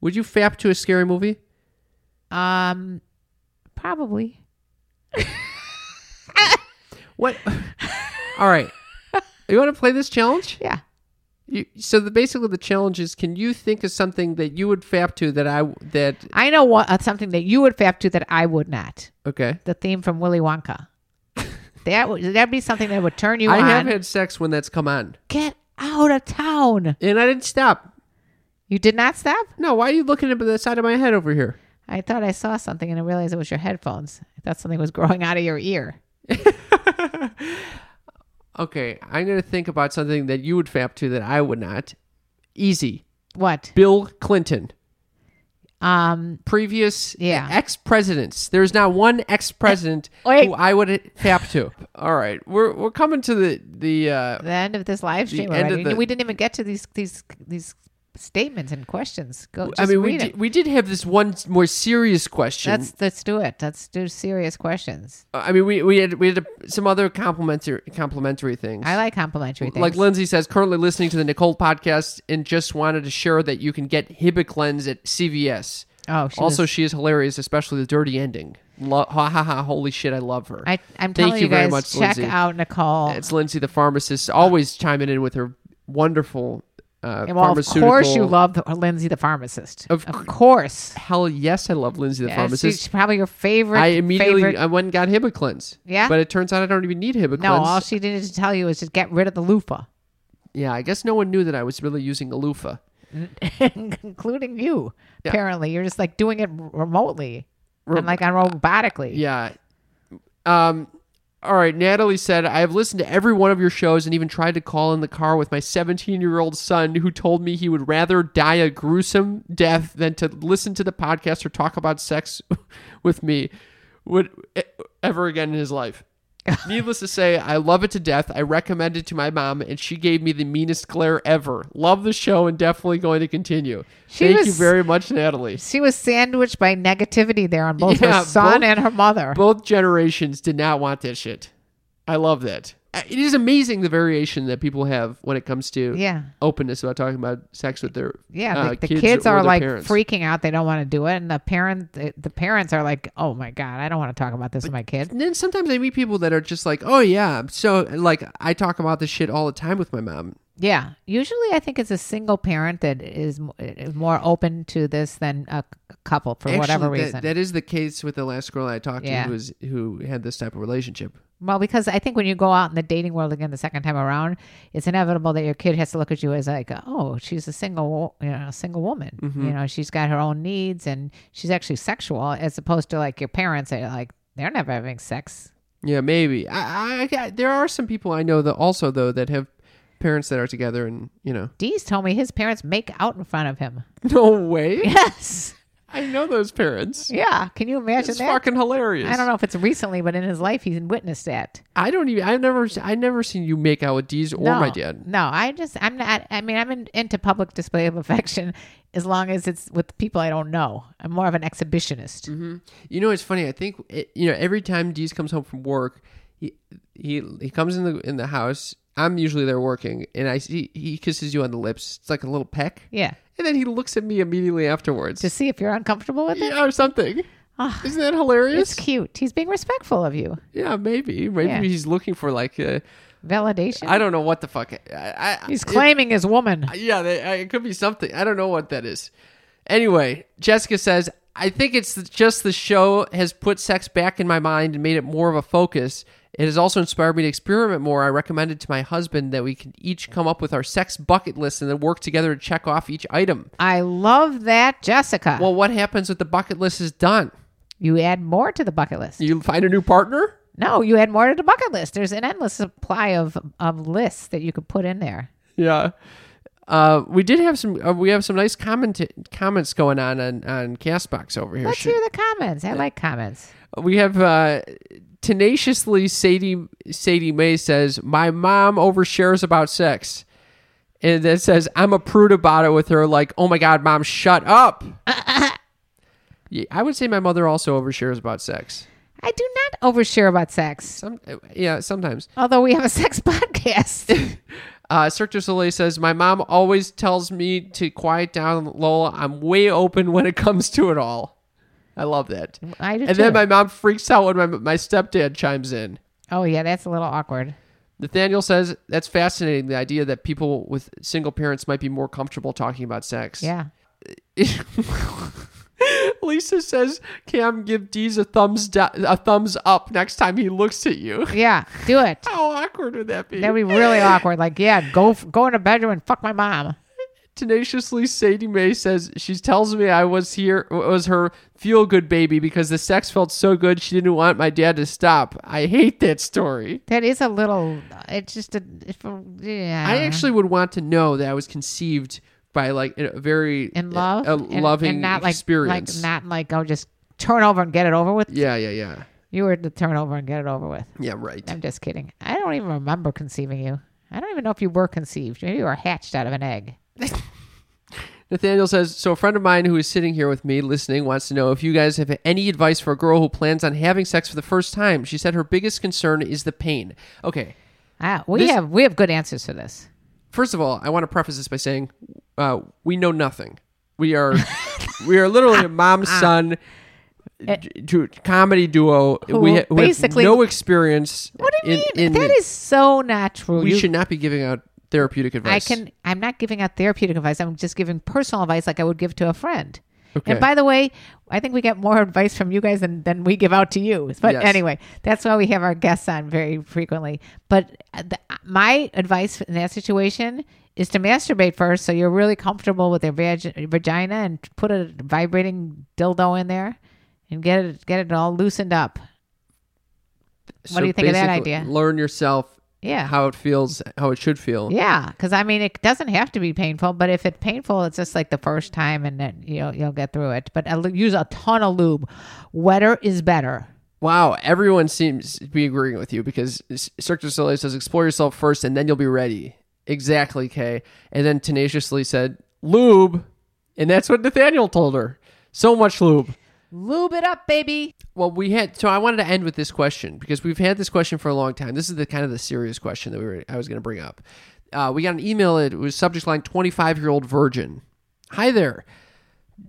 Speaker 3: Would you fap to a scary movie?
Speaker 4: Um, probably.
Speaker 3: What? All right. You want to play this challenge?
Speaker 4: Yeah.
Speaker 3: You, so the basically the challenge is: Can you think of something that you would fap to that I that
Speaker 4: I know what uh, something that you would fap to that I would not.
Speaker 3: okay?
Speaker 4: The theme from Willy Wonka. that would that'd be something that would turn you
Speaker 3: I
Speaker 4: on.
Speaker 3: have had sex when that's come on,
Speaker 4: Get out of town.
Speaker 3: and I didn't stop.
Speaker 4: You did not stop?
Speaker 3: No, why are you looking at the side of my head over here?
Speaker 4: I thought I saw something and I realized it was your headphones. I thought something was growing out of your ear.
Speaker 3: Okay, I'm gonna think about something that you would fap to that I would not. Easy,
Speaker 4: What?
Speaker 3: Bill Clinton.
Speaker 4: Um,
Speaker 3: previous
Speaker 4: Yeah.
Speaker 3: ex presidents. There's not one ex president
Speaker 4: Wait.
Speaker 3: who I would tap to. All right, we're we're coming to the the uh,
Speaker 4: the end of this live stream
Speaker 3: end of
Speaker 4: already.
Speaker 3: the-
Speaker 4: we didn't even get to these these these statements and questions. Go. Just
Speaker 3: I mean, we
Speaker 4: read
Speaker 3: did,
Speaker 4: it.
Speaker 3: we did have this one more serious question.
Speaker 4: Let's let's do it. Let's do serious questions.
Speaker 3: I mean, we we had we had some other complimentary complimentary things.
Speaker 4: I like complimentary things.
Speaker 3: Like Lindsay says, currently listening to the Nicole podcast and just wanted to share that you can get Hibiclens at CVS.
Speaker 4: oh, she
Speaker 3: also,
Speaker 4: was-
Speaker 3: she is hilarious, especially the dirty ending. Lo- ha ha ha! Holy shit, I love her.
Speaker 4: I
Speaker 3: Thank
Speaker 4: I'm telling
Speaker 3: you
Speaker 4: you, guys,
Speaker 3: very much,
Speaker 4: check
Speaker 3: Lindsay.
Speaker 4: out Nicole.
Speaker 3: It's Lindsay, the pharmacist, always chiming in with her wonderful uh,
Speaker 4: and well, of
Speaker 3: pharmaceutical.
Speaker 4: course, you love the- Lindsay the pharmacist.
Speaker 3: Of cou-
Speaker 4: course,
Speaker 3: Hell yes, I love Lindsay the
Speaker 4: Yeah, she's
Speaker 3: pharmacist.
Speaker 4: probably your favorite.
Speaker 3: I immediately
Speaker 4: favorite-
Speaker 3: I went and got Hibiclens.
Speaker 4: Yeah?
Speaker 3: but it turns out I don't even need Hibiclens.
Speaker 4: no, all she did is tell you is to get rid of the loofah,
Speaker 3: yeah, I guess no one knew that I was really using a loofah.
Speaker 4: including you. Apparently, you're just like doing it remotely and like on robotically.
Speaker 3: Yeah. Um. All right, Natalie said, I have listened to every one of your shows and even tried to call in the car with my 17 year old son who told me he would rather die a gruesome death than to listen to the podcast or talk about sex with me would e, ever again in his life. Needless to say, I love it to death. I recommend it to my mom, and she gave me the meanest glare ever. Love the show and definitely going to continue.
Speaker 4: She
Speaker 3: Thank you
Speaker 4: was-
Speaker 3: very much, Natalie.
Speaker 4: She was sandwiched by negativity there on both
Speaker 3: Yeah,
Speaker 4: her son
Speaker 3: both-
Speaker 4: and her mother.
Speaker 3: both generations did not want that shit. I love that. Uh, It is amazing the variation that people have when it comes to
Speaker 4: Yeah.
Speaker 3: openness about talking about sex with their
Speaker 4: Yeah,
Speaker 3: uh,
Speaker 4: like the
Speaker 3: kids,
Speaker 4: kids,
Speaker 3: or
Speaker 4: are
Speaker 3: their
Speaker 4: like
Speaker 3: parents.
Speaker 4: freaking out; they don't want to do it, and the parent, the, the parents are like, "Oh my god, I don't want to talk about this with my kid."
Speaker 3: And then sometimes I meet people that are just like, "Oh yeah," so like I talk about this shit all the time with my mom.
Speaker 4: Yeah, usually I think it's a single parent that is, m- is more open to this than a c- couple for whatever
Speaker 3: Actually, that-
Speaker 4: reason.
Speaker 3: that is the case with the last girl I talked to
Speaker 4: Yeah.
Speaker 3: who was who had this type of relationship.
Speaker 4: well, because I think when you go out in the dating world again the second time around, it's inevitable that your kid has to look at you as like, "Oh, she's a single, wo- you know, a single woman.
Speaker 3: Mm-hmm.
Speaker 4: You know, she's got her own needs, and she's actually sexual, as opposed to like your parents are like." They're never having sex.
Speaker 3: Yeah, maybe. I, I, I there are some people I know that also though that have parents that are together and you know.
Speaker 4: Dee's told me his parents make out in front of him.
Speaker 3: No way.
Speaker 4: Yes.
Speaker 3: I know those parents.
Speaker 4: Yeah. Can you imagine
Speaker 3: It's
Speaker 4: that?
Speaker 3: fucking hilarious.
Speaker 4: I don't know if it's recently, but in his life, he's witnessed that.
Speaker 3: I don't even. I never. I never seen you make out with Deez or
Speaker 4: no,
Speaker 3: my dad.
Speaker 4: No, I just, I'm not, I mean, I'm in, into public display of affection as long as it's with people I don't know. I'm more of an exhibitionist.
Speaker 3: Mm. You know, it's funny. I think it, you know every time Deez comes home from work, he he he comes in the in the house. I'm usually there working, and I see he kisses you on the lips. It's like a little peck,
Speaker 4: Yeah.
Speaker 3: and then he looks at me immediately afterwards,
Speaker 4: To see if you're uncomfortable with it.
Speaker 3: yeah, or something. Isn't that
Speaker 4: Ah. It's
Speaker 3: hilarious?
Speaker 4: cute. He's being respectful of you.
Speaker 3: Yeah, maybe. Maybe
Speaker 4: Yeah.
Speaker 3: he's looking for like I
Speaker 4: Validation.
Speaker 3: I don't know what the fuck. I, I,
Speaker 4: he's claiming his woman.
Speaker 3: uh, Yeah, they, I- it could be something. I don't know what that is. Anyway, Jessica says, I think it's just the show has put sex back in my mind and made it more of a focus. It has also inspired me to experiment more. I recommended to my husband that we can each come up with our sex bucket list and then work together to check off each item.
Speaker 4: I love that, Jessica.
Speaker 3: Well, what happens if the bucket list is done?
Speaker 4: you add more to the bucket list.
Speaker 3: You find a new partner?
Speaker 4: no, you add more to the bucket list. There's an endless supply of, of lists that you could put in there.
Speaker 3: Yeah. Uh, we did have some. Uh, we have some nice comment comments going on on, on Castbox over here.
Speaker 4: Let's
Speaker 3: Should-
Speaker 4: hear the comments. I like comments.
Speaker 3: We have uh, tenaciously Sadie Sadie May says my mom overshares about sex, and then says I'm a prude about it with her. Like, oh my god, mom, shut up. yeah, I would say my mother also overshares about sex.
Speaker 4: I do not overshare about sex,
Speaker 3: Some, yeah, sometimes.
Speaker 4: although we have a sex podcast.
Speaker 3: Uh, Cirque du Soleil says my mom always tells me to quiet down, Lola. I'm way open when it comes to it all. I love that.
Speaker 4: I do
Speaker 3: and then
Speaker 4: too.
Speaker 3: my mom freaks out when my my stepdad chimes in.
Speaker 4: oh, yeah, that's a little awkward.
Speaker 3: Nathaniel says that's fascinating. The idea that people with single parents might be more comfortable talking about sex.
Speaker 4: Yeah.
Speaker 3: Lisa says, "Cam, give Deez a thumbs do- a thumbs up next time he looks at you."
Speaker 4: Yeah, do it.
Speaker 3: How awkward would that be?
Speaker 4: That'd be really awkward. Like, yeah, go f- go in the bedroom and fuck my mom.
Speaker 3: Tenaciously, Sadie Mae says she tells me I was here was her feel good baby because the sex felt so good she didn't want my dad to stop. I hate that story.
Speaker 4: That is a little. It's just a. It's a- yeah.
Speaker 3: I actually would want to know that I was conceived by like a very
Speaker 4: in love,
Speaker 3: a
Speaker 4: and- and
Speaker 3: loving
Speaker 4: not like
Speaker 3: experience.
Speaker 4: like not like oh, just turn over and get it over with.
Speaker 3: yeah, yeah, yeah,
Speaker 4: You were to turn over and get it over with.
Speaker 3: yeah. Right.
Speaker 4: I'm just kidding. I don't even remember conceiving you. I don't even know if you were conceived. Maybe you were hatched out of an egg.
Speaker 3: Nathaniel says, so a friend of mine who is sitting here with me listening wants to know if you guys have any advice for a girl who plans on having sex for the first time. She said her biggest concern is the pain. Okay.
Speaker 4: Ah, we
Speaker 3: This-
Speaker 4: have we have good answers for this.
Speaker 3: First of all, I want to preface this by saying uh, we know nothing. We are we are literally a mom son comedy duo. we ha- who have
Speaker 4: basically-
Speaker 3: no experience.
Speaker 4: What do you
Speaker 3: in-
Speaker 4: mean?
Speaker 3: in
Speaker 4: that
Speaker 3: the-
Speaker 4: is so not true.
Speaker 3: we
Speaker 4: You-
Speaker 3: should not be giving out therapeutic
Speaker 4: I
Speaker 3: advice.
Speaker 4: can. I'm not giving out therapeutic advice. I'm just giving personal advice, like I would give to a friend.
Speaker 3: Okay.
Speaker 4: And by the way, I think we get more advice from you guys than, than we give out to you. But
Speaker 3: Yes.
Speaker 4: anyway, that's why we have our guests on very frequently. But uh, the, my advice in that situation is to masturbate first, so you're really comfortable with your vag- vagina, and put a vibrating dildo in there, and get it get it all loosened up.
Speaker 3: So
Speaker 4: what do you think of that
Speaker 3: basically,
Speaker 4: idea?
Speaker 3: Learn yourself
Speaker 4: Yeah.
Speaker 3: how it feels, how it should feel.
Speaker 4: Yeah, because I mean, it doesn't have to be painful, but if it's painful, it's just like the first time, and then you'll you'll get through it. But I lu- use a ton of lube. Wetter is better.
Speaker 3: Wow, everyone seems to be agreeing with you because Cirque du Soleil says explore yourself first and then you'll be ready. Exactly, Kay. And then tenaciously said lube, and that's what Nathaniel told her. So much lube.
Speaker 4: Lube it up, baby.
Speaker 3: Well, we had so I wanted to end with this question because we've had this question for a long time. This is the kind of the serious question that we were I was going to bring up. Uh, we got an email. It was subject line twenty five year old virgin. Hi there.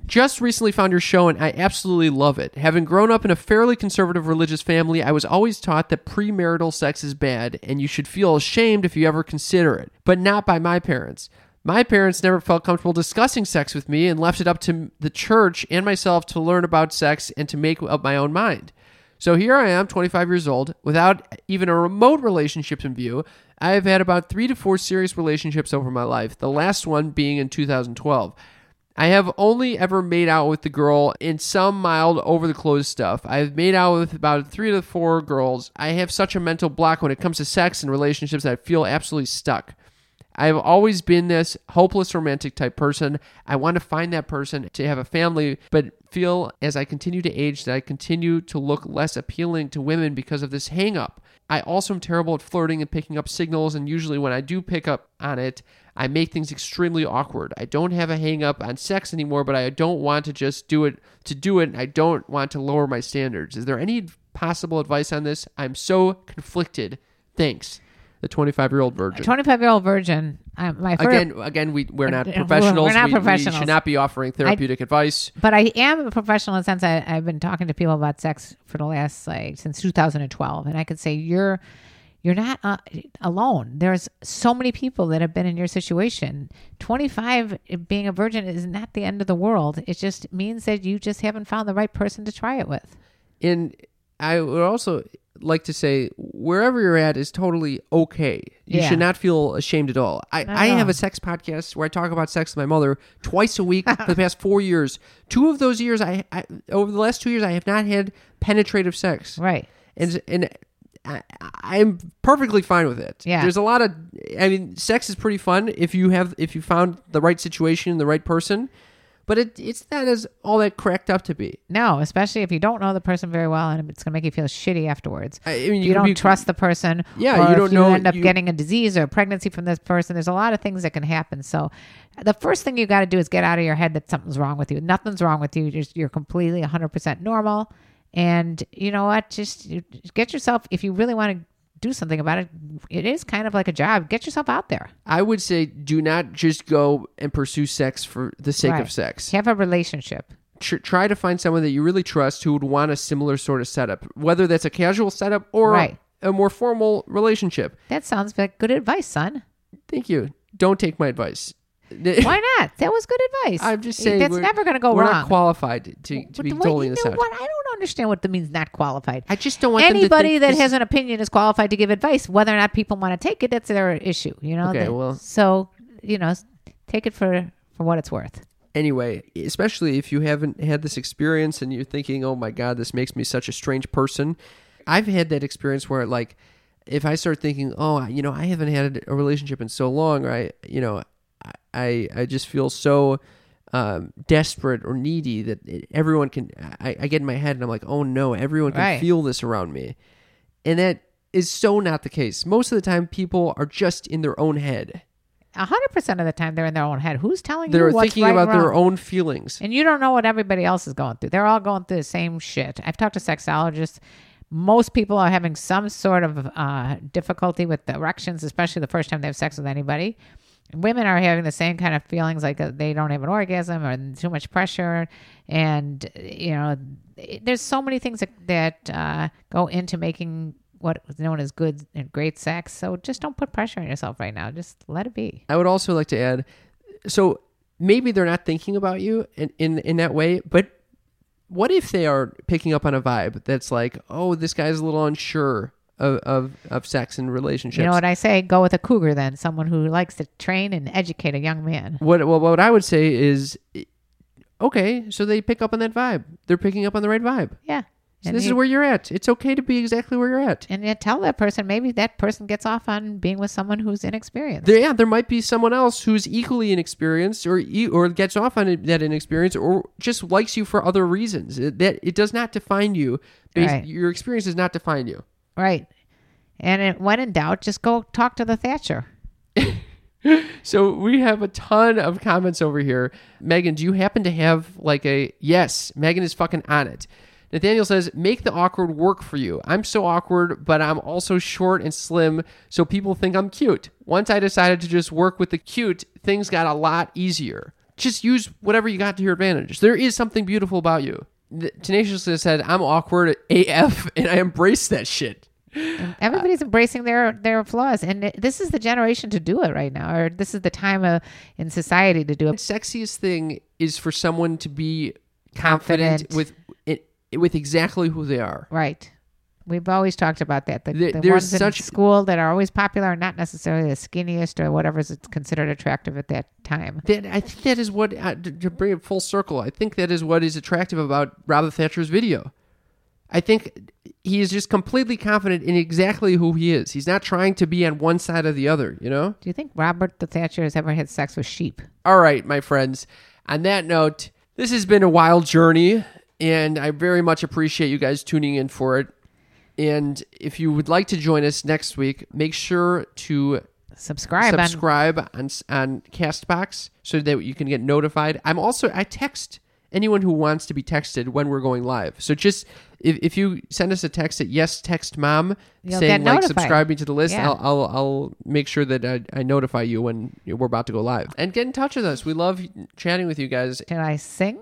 Speaker 3: Just recently found your show and I absolutely love it. Having grown up in a fairly conservative religious family, I was always taught that premarital sex is bad and you should feel ashamed if you ever consider it, but not by my parents. My parents never felt comfortable discussing sex with me and left it up to the church and myself to learn about sex and to make up my own mind. So here I am, 25 years old, without even a remote relationship in view. I have had about three to four serious relationships over my life, the last one being in 2012. I have only ever made out with the girl in some mild over the clothes stuff. I've made out with about three to four girls. I have such a mental block when it comes to sex and relationships that I feel absolutely stuck. I've always been this hopeless romantic type person. I want to find that person to have a family, but feel as I continue to age that I continue to look less appealing to women because of this hang up. I also am terrible at flirting and picking up signals, and usually when I do pick up on it, I make things extremely awkward. I don't have a hang up on sex anymore, but I don't want to just do it to do it, and I don't want to lower my standards. Is there any possible advice on this? I'm so conflicted. Thanks. The 25 year old virgin
Speaker 4: Twenty five year old virgin. I, my first,
Speaker 3: again, again, we we're not
Speaker 4: We're- we're
Speaker 3: professionals.
Speaker 4: not
Speaker 3: We- we,
Speaker 4: professionals.
Speaker 3: should not be offering therapeutic advice.
Speaker 4: but I am a professional in the sense I, I've been talking to people about sex for the last like since 2012, and I could say you're You're not uh, alone. There's so many people that have been in your situation. 25 being a virgin is not the end of the world. It just means that you just haven't found the right person to try it with.
Speaker 3: And I would also like to say wherever you're at is totally okay. You
Speaker 4: Yeah.
Speaker 3: should not feel ashamed at all. I, I
Speaker 4: all.
Speaker 3: have a sex podcast where I talk about sex with my mother twice a week for the past four years. Two of those years, I, I over the last two years, I have not had penetrative sex.
Speaker 4: Right.
Speaker 3: and and I, I'm perfectly fine with it.
Speaker 4: Yeah.
Speaker 3: there's a lot of. I mean, sex is pretty fun if you have if you found the right situation and the right person, but it it's not as all that cracked up to be.
Speaker 4: No, especially if you don't know the person very well and it's going to make you feel shitty afterwards.
Speaker 3: I mean,
Speaker 4: you,
Speaker 3: could
Speaker 4: don't
Speaker 3: be-
Speaker 4: trust the person.
Speaker 3: Yeah,
Speaker 4: or
Speaker 3: you
Speaker 4: if
Speaker 3: don't know-
Speaker 4: end up
Speaker 3: you-
Speaker 4: getting a disease or a pregnancy from this person. There's a lot of things that can happen. So, the first thing you got to do is get out of your head that something's wrong with you. Nothing's wrong with you. You're, you're completely 100% normal. And you know what? Just you- just get yourself, if you really want to do something about it, it is kind of like a job. Get yourself out there.
Speaker 3: I would say do not just go and pursue sex for the sake
Speaker 4: Right.
Speaker 3: of sex.
Speaker 4: Have a relationship.
Speaker 3: Tr- try to find someone that you really trust who would want a similar sort of setup, whether that's a casual setup or
Speaker 4: Right.
Speaker 3: a more formal relationship.
Speaker 4: That sounds like good advice, son.
Speaker 3: Thank you. Don't take my advice.
Speaker 4: Why not? That was good advice.
Speaker 3: I'm just saying
Speaker 4: that's
Speaker 3: we're-
Speaker 4: never going to go
Speaker 3: we're
Speaker 4: wrong.
Speaker 3: not qualified to, to
Speaker 4: But
Speaker 3: be
Speaker 4: the way-
Speaker 3: doling
Speaker 4: you
Speaker 3: this
Speaker 4: know
Speaker 3: out.
Speaker 4: what? I don't understand what that means. Not qualified.
Speaker 3: I just don't want them to
Speaker 4: Anybody
Speaker 3: think
Speaker 4: that
Speaker 3: this-
Speaker 4: has an opinion is qualified to give advice. Whether or not people want to take it, that's their issue. You know.
Speaker 3: Okay,
Speaker 4: That-
Speaker 3: well-
Speaker 4: So you know, s- take it for for what it's worth.
Speaker 3: anyway, especially if you haven't had this experience and you're thinking, "Oh my god, this makes me such a strange person." I've had that experience where like if I start thinking, "Oh, you know, I haven't had a relationship in so long," or I, you know, I I, I just feel so um, desperate or needy that it- everyone can I, I get in my head and I'm like, "Oh no, everyone can
Speaker 4: Right.
Speaker 3: feel this around me." And that is so not the case. Most of the time people are just in their own head.
Speaker 4: A hundred percent of the time, they're in their own head. Who's telling
Speaker 3: They're
Speaker 4: you what's
Speaker 3: thinking
Speaker 4: right and
Speaker 3: about their
Speaker 4: wrong?
Speaker 3: own feelings.
Speaker 4: And you don't know what everybody else is going through. They're all going through the same shit. I've talked to sexologists. Most people are having some sort of uh, difficulty with erections, especially the first time they have sex with anybody. Women are having the same kind of feelings like uh, they don't have an orgasm or too much pressure. And, uh, you know, it- there's so many things that, that uh, go into making what is known as good and great sex. So just don't put pressure on yourself right now. Just let it be.
Speaker 3: I would also like to add, so maybe they're not thinking about you in, in in that way, but what if they are picking up on a vibe that's like, oh, this guy's a little unsure of of, of sex and relationships.
Speaker 4: You know what I say? Go with a cougar then, someone who likes to train and educate a young man.
Speaker 3: what well, what I would say is, okay, so they pick up on that vibe. They're picking up on the right vibe.
Speaker 4: Yeah.
Speaker 3: So
Speaker 4: and
Speaker 3: this is
Speaker 4: you-
Speaker 3: where you're at. It's okay to be exactly where you're at.
Speaker 4: and you tell that person maybe that person gets off on being with someone who's inexperienced.
Speaker 3: There, yeah, there might be someone else who's equally inexperienced, or e- or gets off on it- that inexperience, or just likes you for other reasons. It, that it does not define you. Based,
Speaker 4: Right.
Speaker 3: Your experience does not define you.
Speaker 4: right. And it, when in doubt, just go talk to the Thatcher.
Speaker 3: So we have a ton of comments over here. Megan, do you happen to have like a yes? Megan is fucking on it. Nathaniel says, make the awkward work for you. I'm so awkward, but I'm also short and slim, so people think I'm cute. Once I decided to just work with the cute, things got a lot easier. Just use whatever you got to your advantage. There is something beautiful about you. Th- Tenaciously said, I'm awkward AF, and I embrace that shit.
Speaker 4: Everybody's
Speaker 3: Uh,
Speaker 4: embracing their their flaws, and it- this is the generation to do it right now, or this is the time of, in society to do it.
Speaker 3: sexiest thing is for someone to be confident,
Speaker 4: Confident.
Speaker 3: with it, with exactly who they are.
Speaker 4: Right. We've always talked about that. The,
Speaker 3: There-
Speaker 4: the
Speaker 3: there's
Speaker 4: ones
Speaker 3: such-
Speaker 4: in school that are always popular are not necessarily the skinniest or whatever is considered attractive at that time.
Speaker 3: That I think that is what uh, to to bring it full circle. I think that is what is attractive about Robert Thatcher's video. I think he is just completely confident in exactly who he is. He's not trying to be on one side or the other. You know.
Speaker 4: Do you think Robert the Thatcher has ever had sex with sheep?
Speaker 3: All right, my friends. On that note, this has been a wild journey, and I very much appreciate you guys tuning in for it. And if you would like to join us next week, make sure to
Speaker 4: Subscribe, on
Speaker 3: subscribe on on Castbox so that you can get notified. I'm also I text anyone who wants to be texted when we're going live. So just if, if you send us a text at yes text mom
Speaker 4: You'll
Speaker 3: saying
Speaker 4: get
Speaker 3: like
Speaker 4: notified.
Speaker 3: subscribe me to the list,
Speaker 4: Yeah.
Speaker 3: I'll, I'll I'll make sure that I, I notify you when we're about to go live and get in touch with us. We love chatting with you guys.
Speaker 4: Can I sing?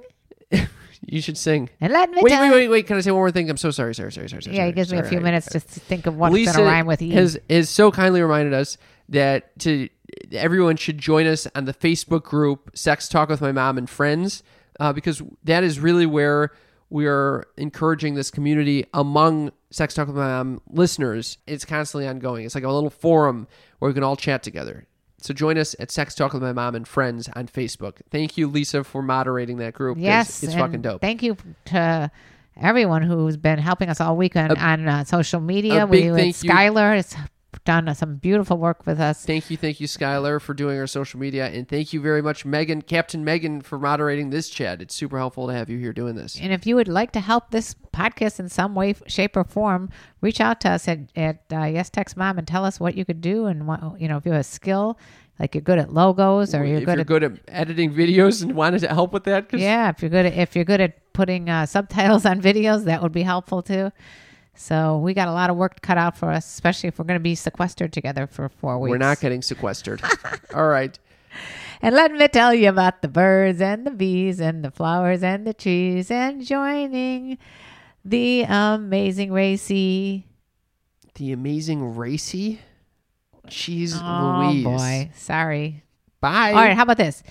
Speaker 3: You should sing.
Speaker 4: And let me
Speaker 3: Wait,
Speaker 4: tell
Speaker 3: wait,
Speaker 4: you-
Speaker 3: wait, wait. Can I say one more thing? I'm so sorry, sorry, sorry, sorry. sorry,
Speaker 4: Yeah,
Speaker 3: sorry,
Speaker 4: it gives me a
Speaker 3: sorry.
Speaker 4: few minutes just to think of what's
Speaker 3: Lisa
Speaker 4: going to rhyme with E.
Speaker 3: has has so kindly reminded us that to everyone should join us on the Facebook group "Sex Talk with My Mom and Friends" uh, because that is really where we are encouraging this community among "Sex Talk with My Mom" listeners. It's constantly ongoing. It's like a little forum where we can all chat together. So join us at Sex Talk with My Mom and Friends on Facebook. Thank you, Lisa, for moderating that group. 'cause
Speaker 4: yes,
Speaker 3: it's
Speaker 4: and
Speaker 3: fucking dope.
Speaker 4: Thank you to everyone who's been helping us all weekend on uh, social media.
Speaker 3: a big
Speaker 4: We with
Speaker 3: thank you-
Speaker 4: Skylar has done uh, some beautiful work with us.
Speaker 3: Thank you, thank you, Skylar, for doing our social media, and thank you very much, Megan, Captain Megan, for moderating this chat. It's super helpful to have you here doing this.
Speaker 4: And if you would like to help this podcast in some way, shape, or form, reach out to us at, at uh, Yes Text Mom and tell us what you could do and what you know if you have a skill, like you're good at logos or you're
Speaker 3: if
Speaker 4: good
Speaker 3: you're
Speaker 4: at
Speaker 3: good at editing videos and wanted to help with that, 'cause
Speaker 4: yeah, if you're good at if you're good at putting uh, subtitles on videos, that would be helpful too. So we got a lot of work cut out for us, especially if we're going to be sequestered together for four weeks.
Speaker 3: we're not getting sequestered. All right.
Speaker 4: And let me tell you about the birds and the bees and the flowers and the trees and joining the amazing racy.
Speaker 3: The amazing Racy. Jeez
Speaker 4: Oh
Speaker 3: Louise.
Speaker 4: boy, sorry.
Speaker 3: Bye.
Speaker 4: All right, how about this?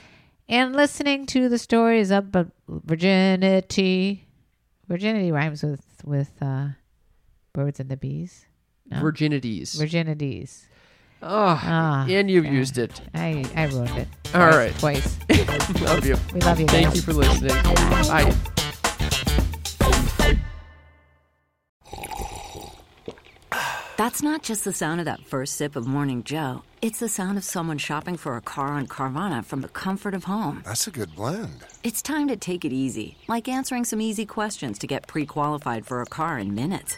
Speaker 4: And listening to the stories of bu- virginity. Virginity rhymes with with uh, birds and the bees.
Speaker 3: Virginities.
Speaker 4: Virginities.
Speaker 3: oh,
Speaker 4: Ah,
Speaker 3: and you've used it.
Speaker 4: I I ruined it.
Speaker 3: All
Speaker 4: Twice-
Speaker 3: right.
Speaker 4: twice.
Speaker 3: Love you.
Speaker 4: We love you.
Speaker 3: Thank
Speaker 4: guys.
Speaker 3: you for listening. Bye.
Speaker 8: That's not just the sound of that first sip of Morning Joe. It's the sound of someone shopping for a car on Carvana from the comfort of home.
Speaker 9: That's a good blend.
Speaker 8: It's time to take it easy, like answering some easy questions to get pre qualified for a car in minutes.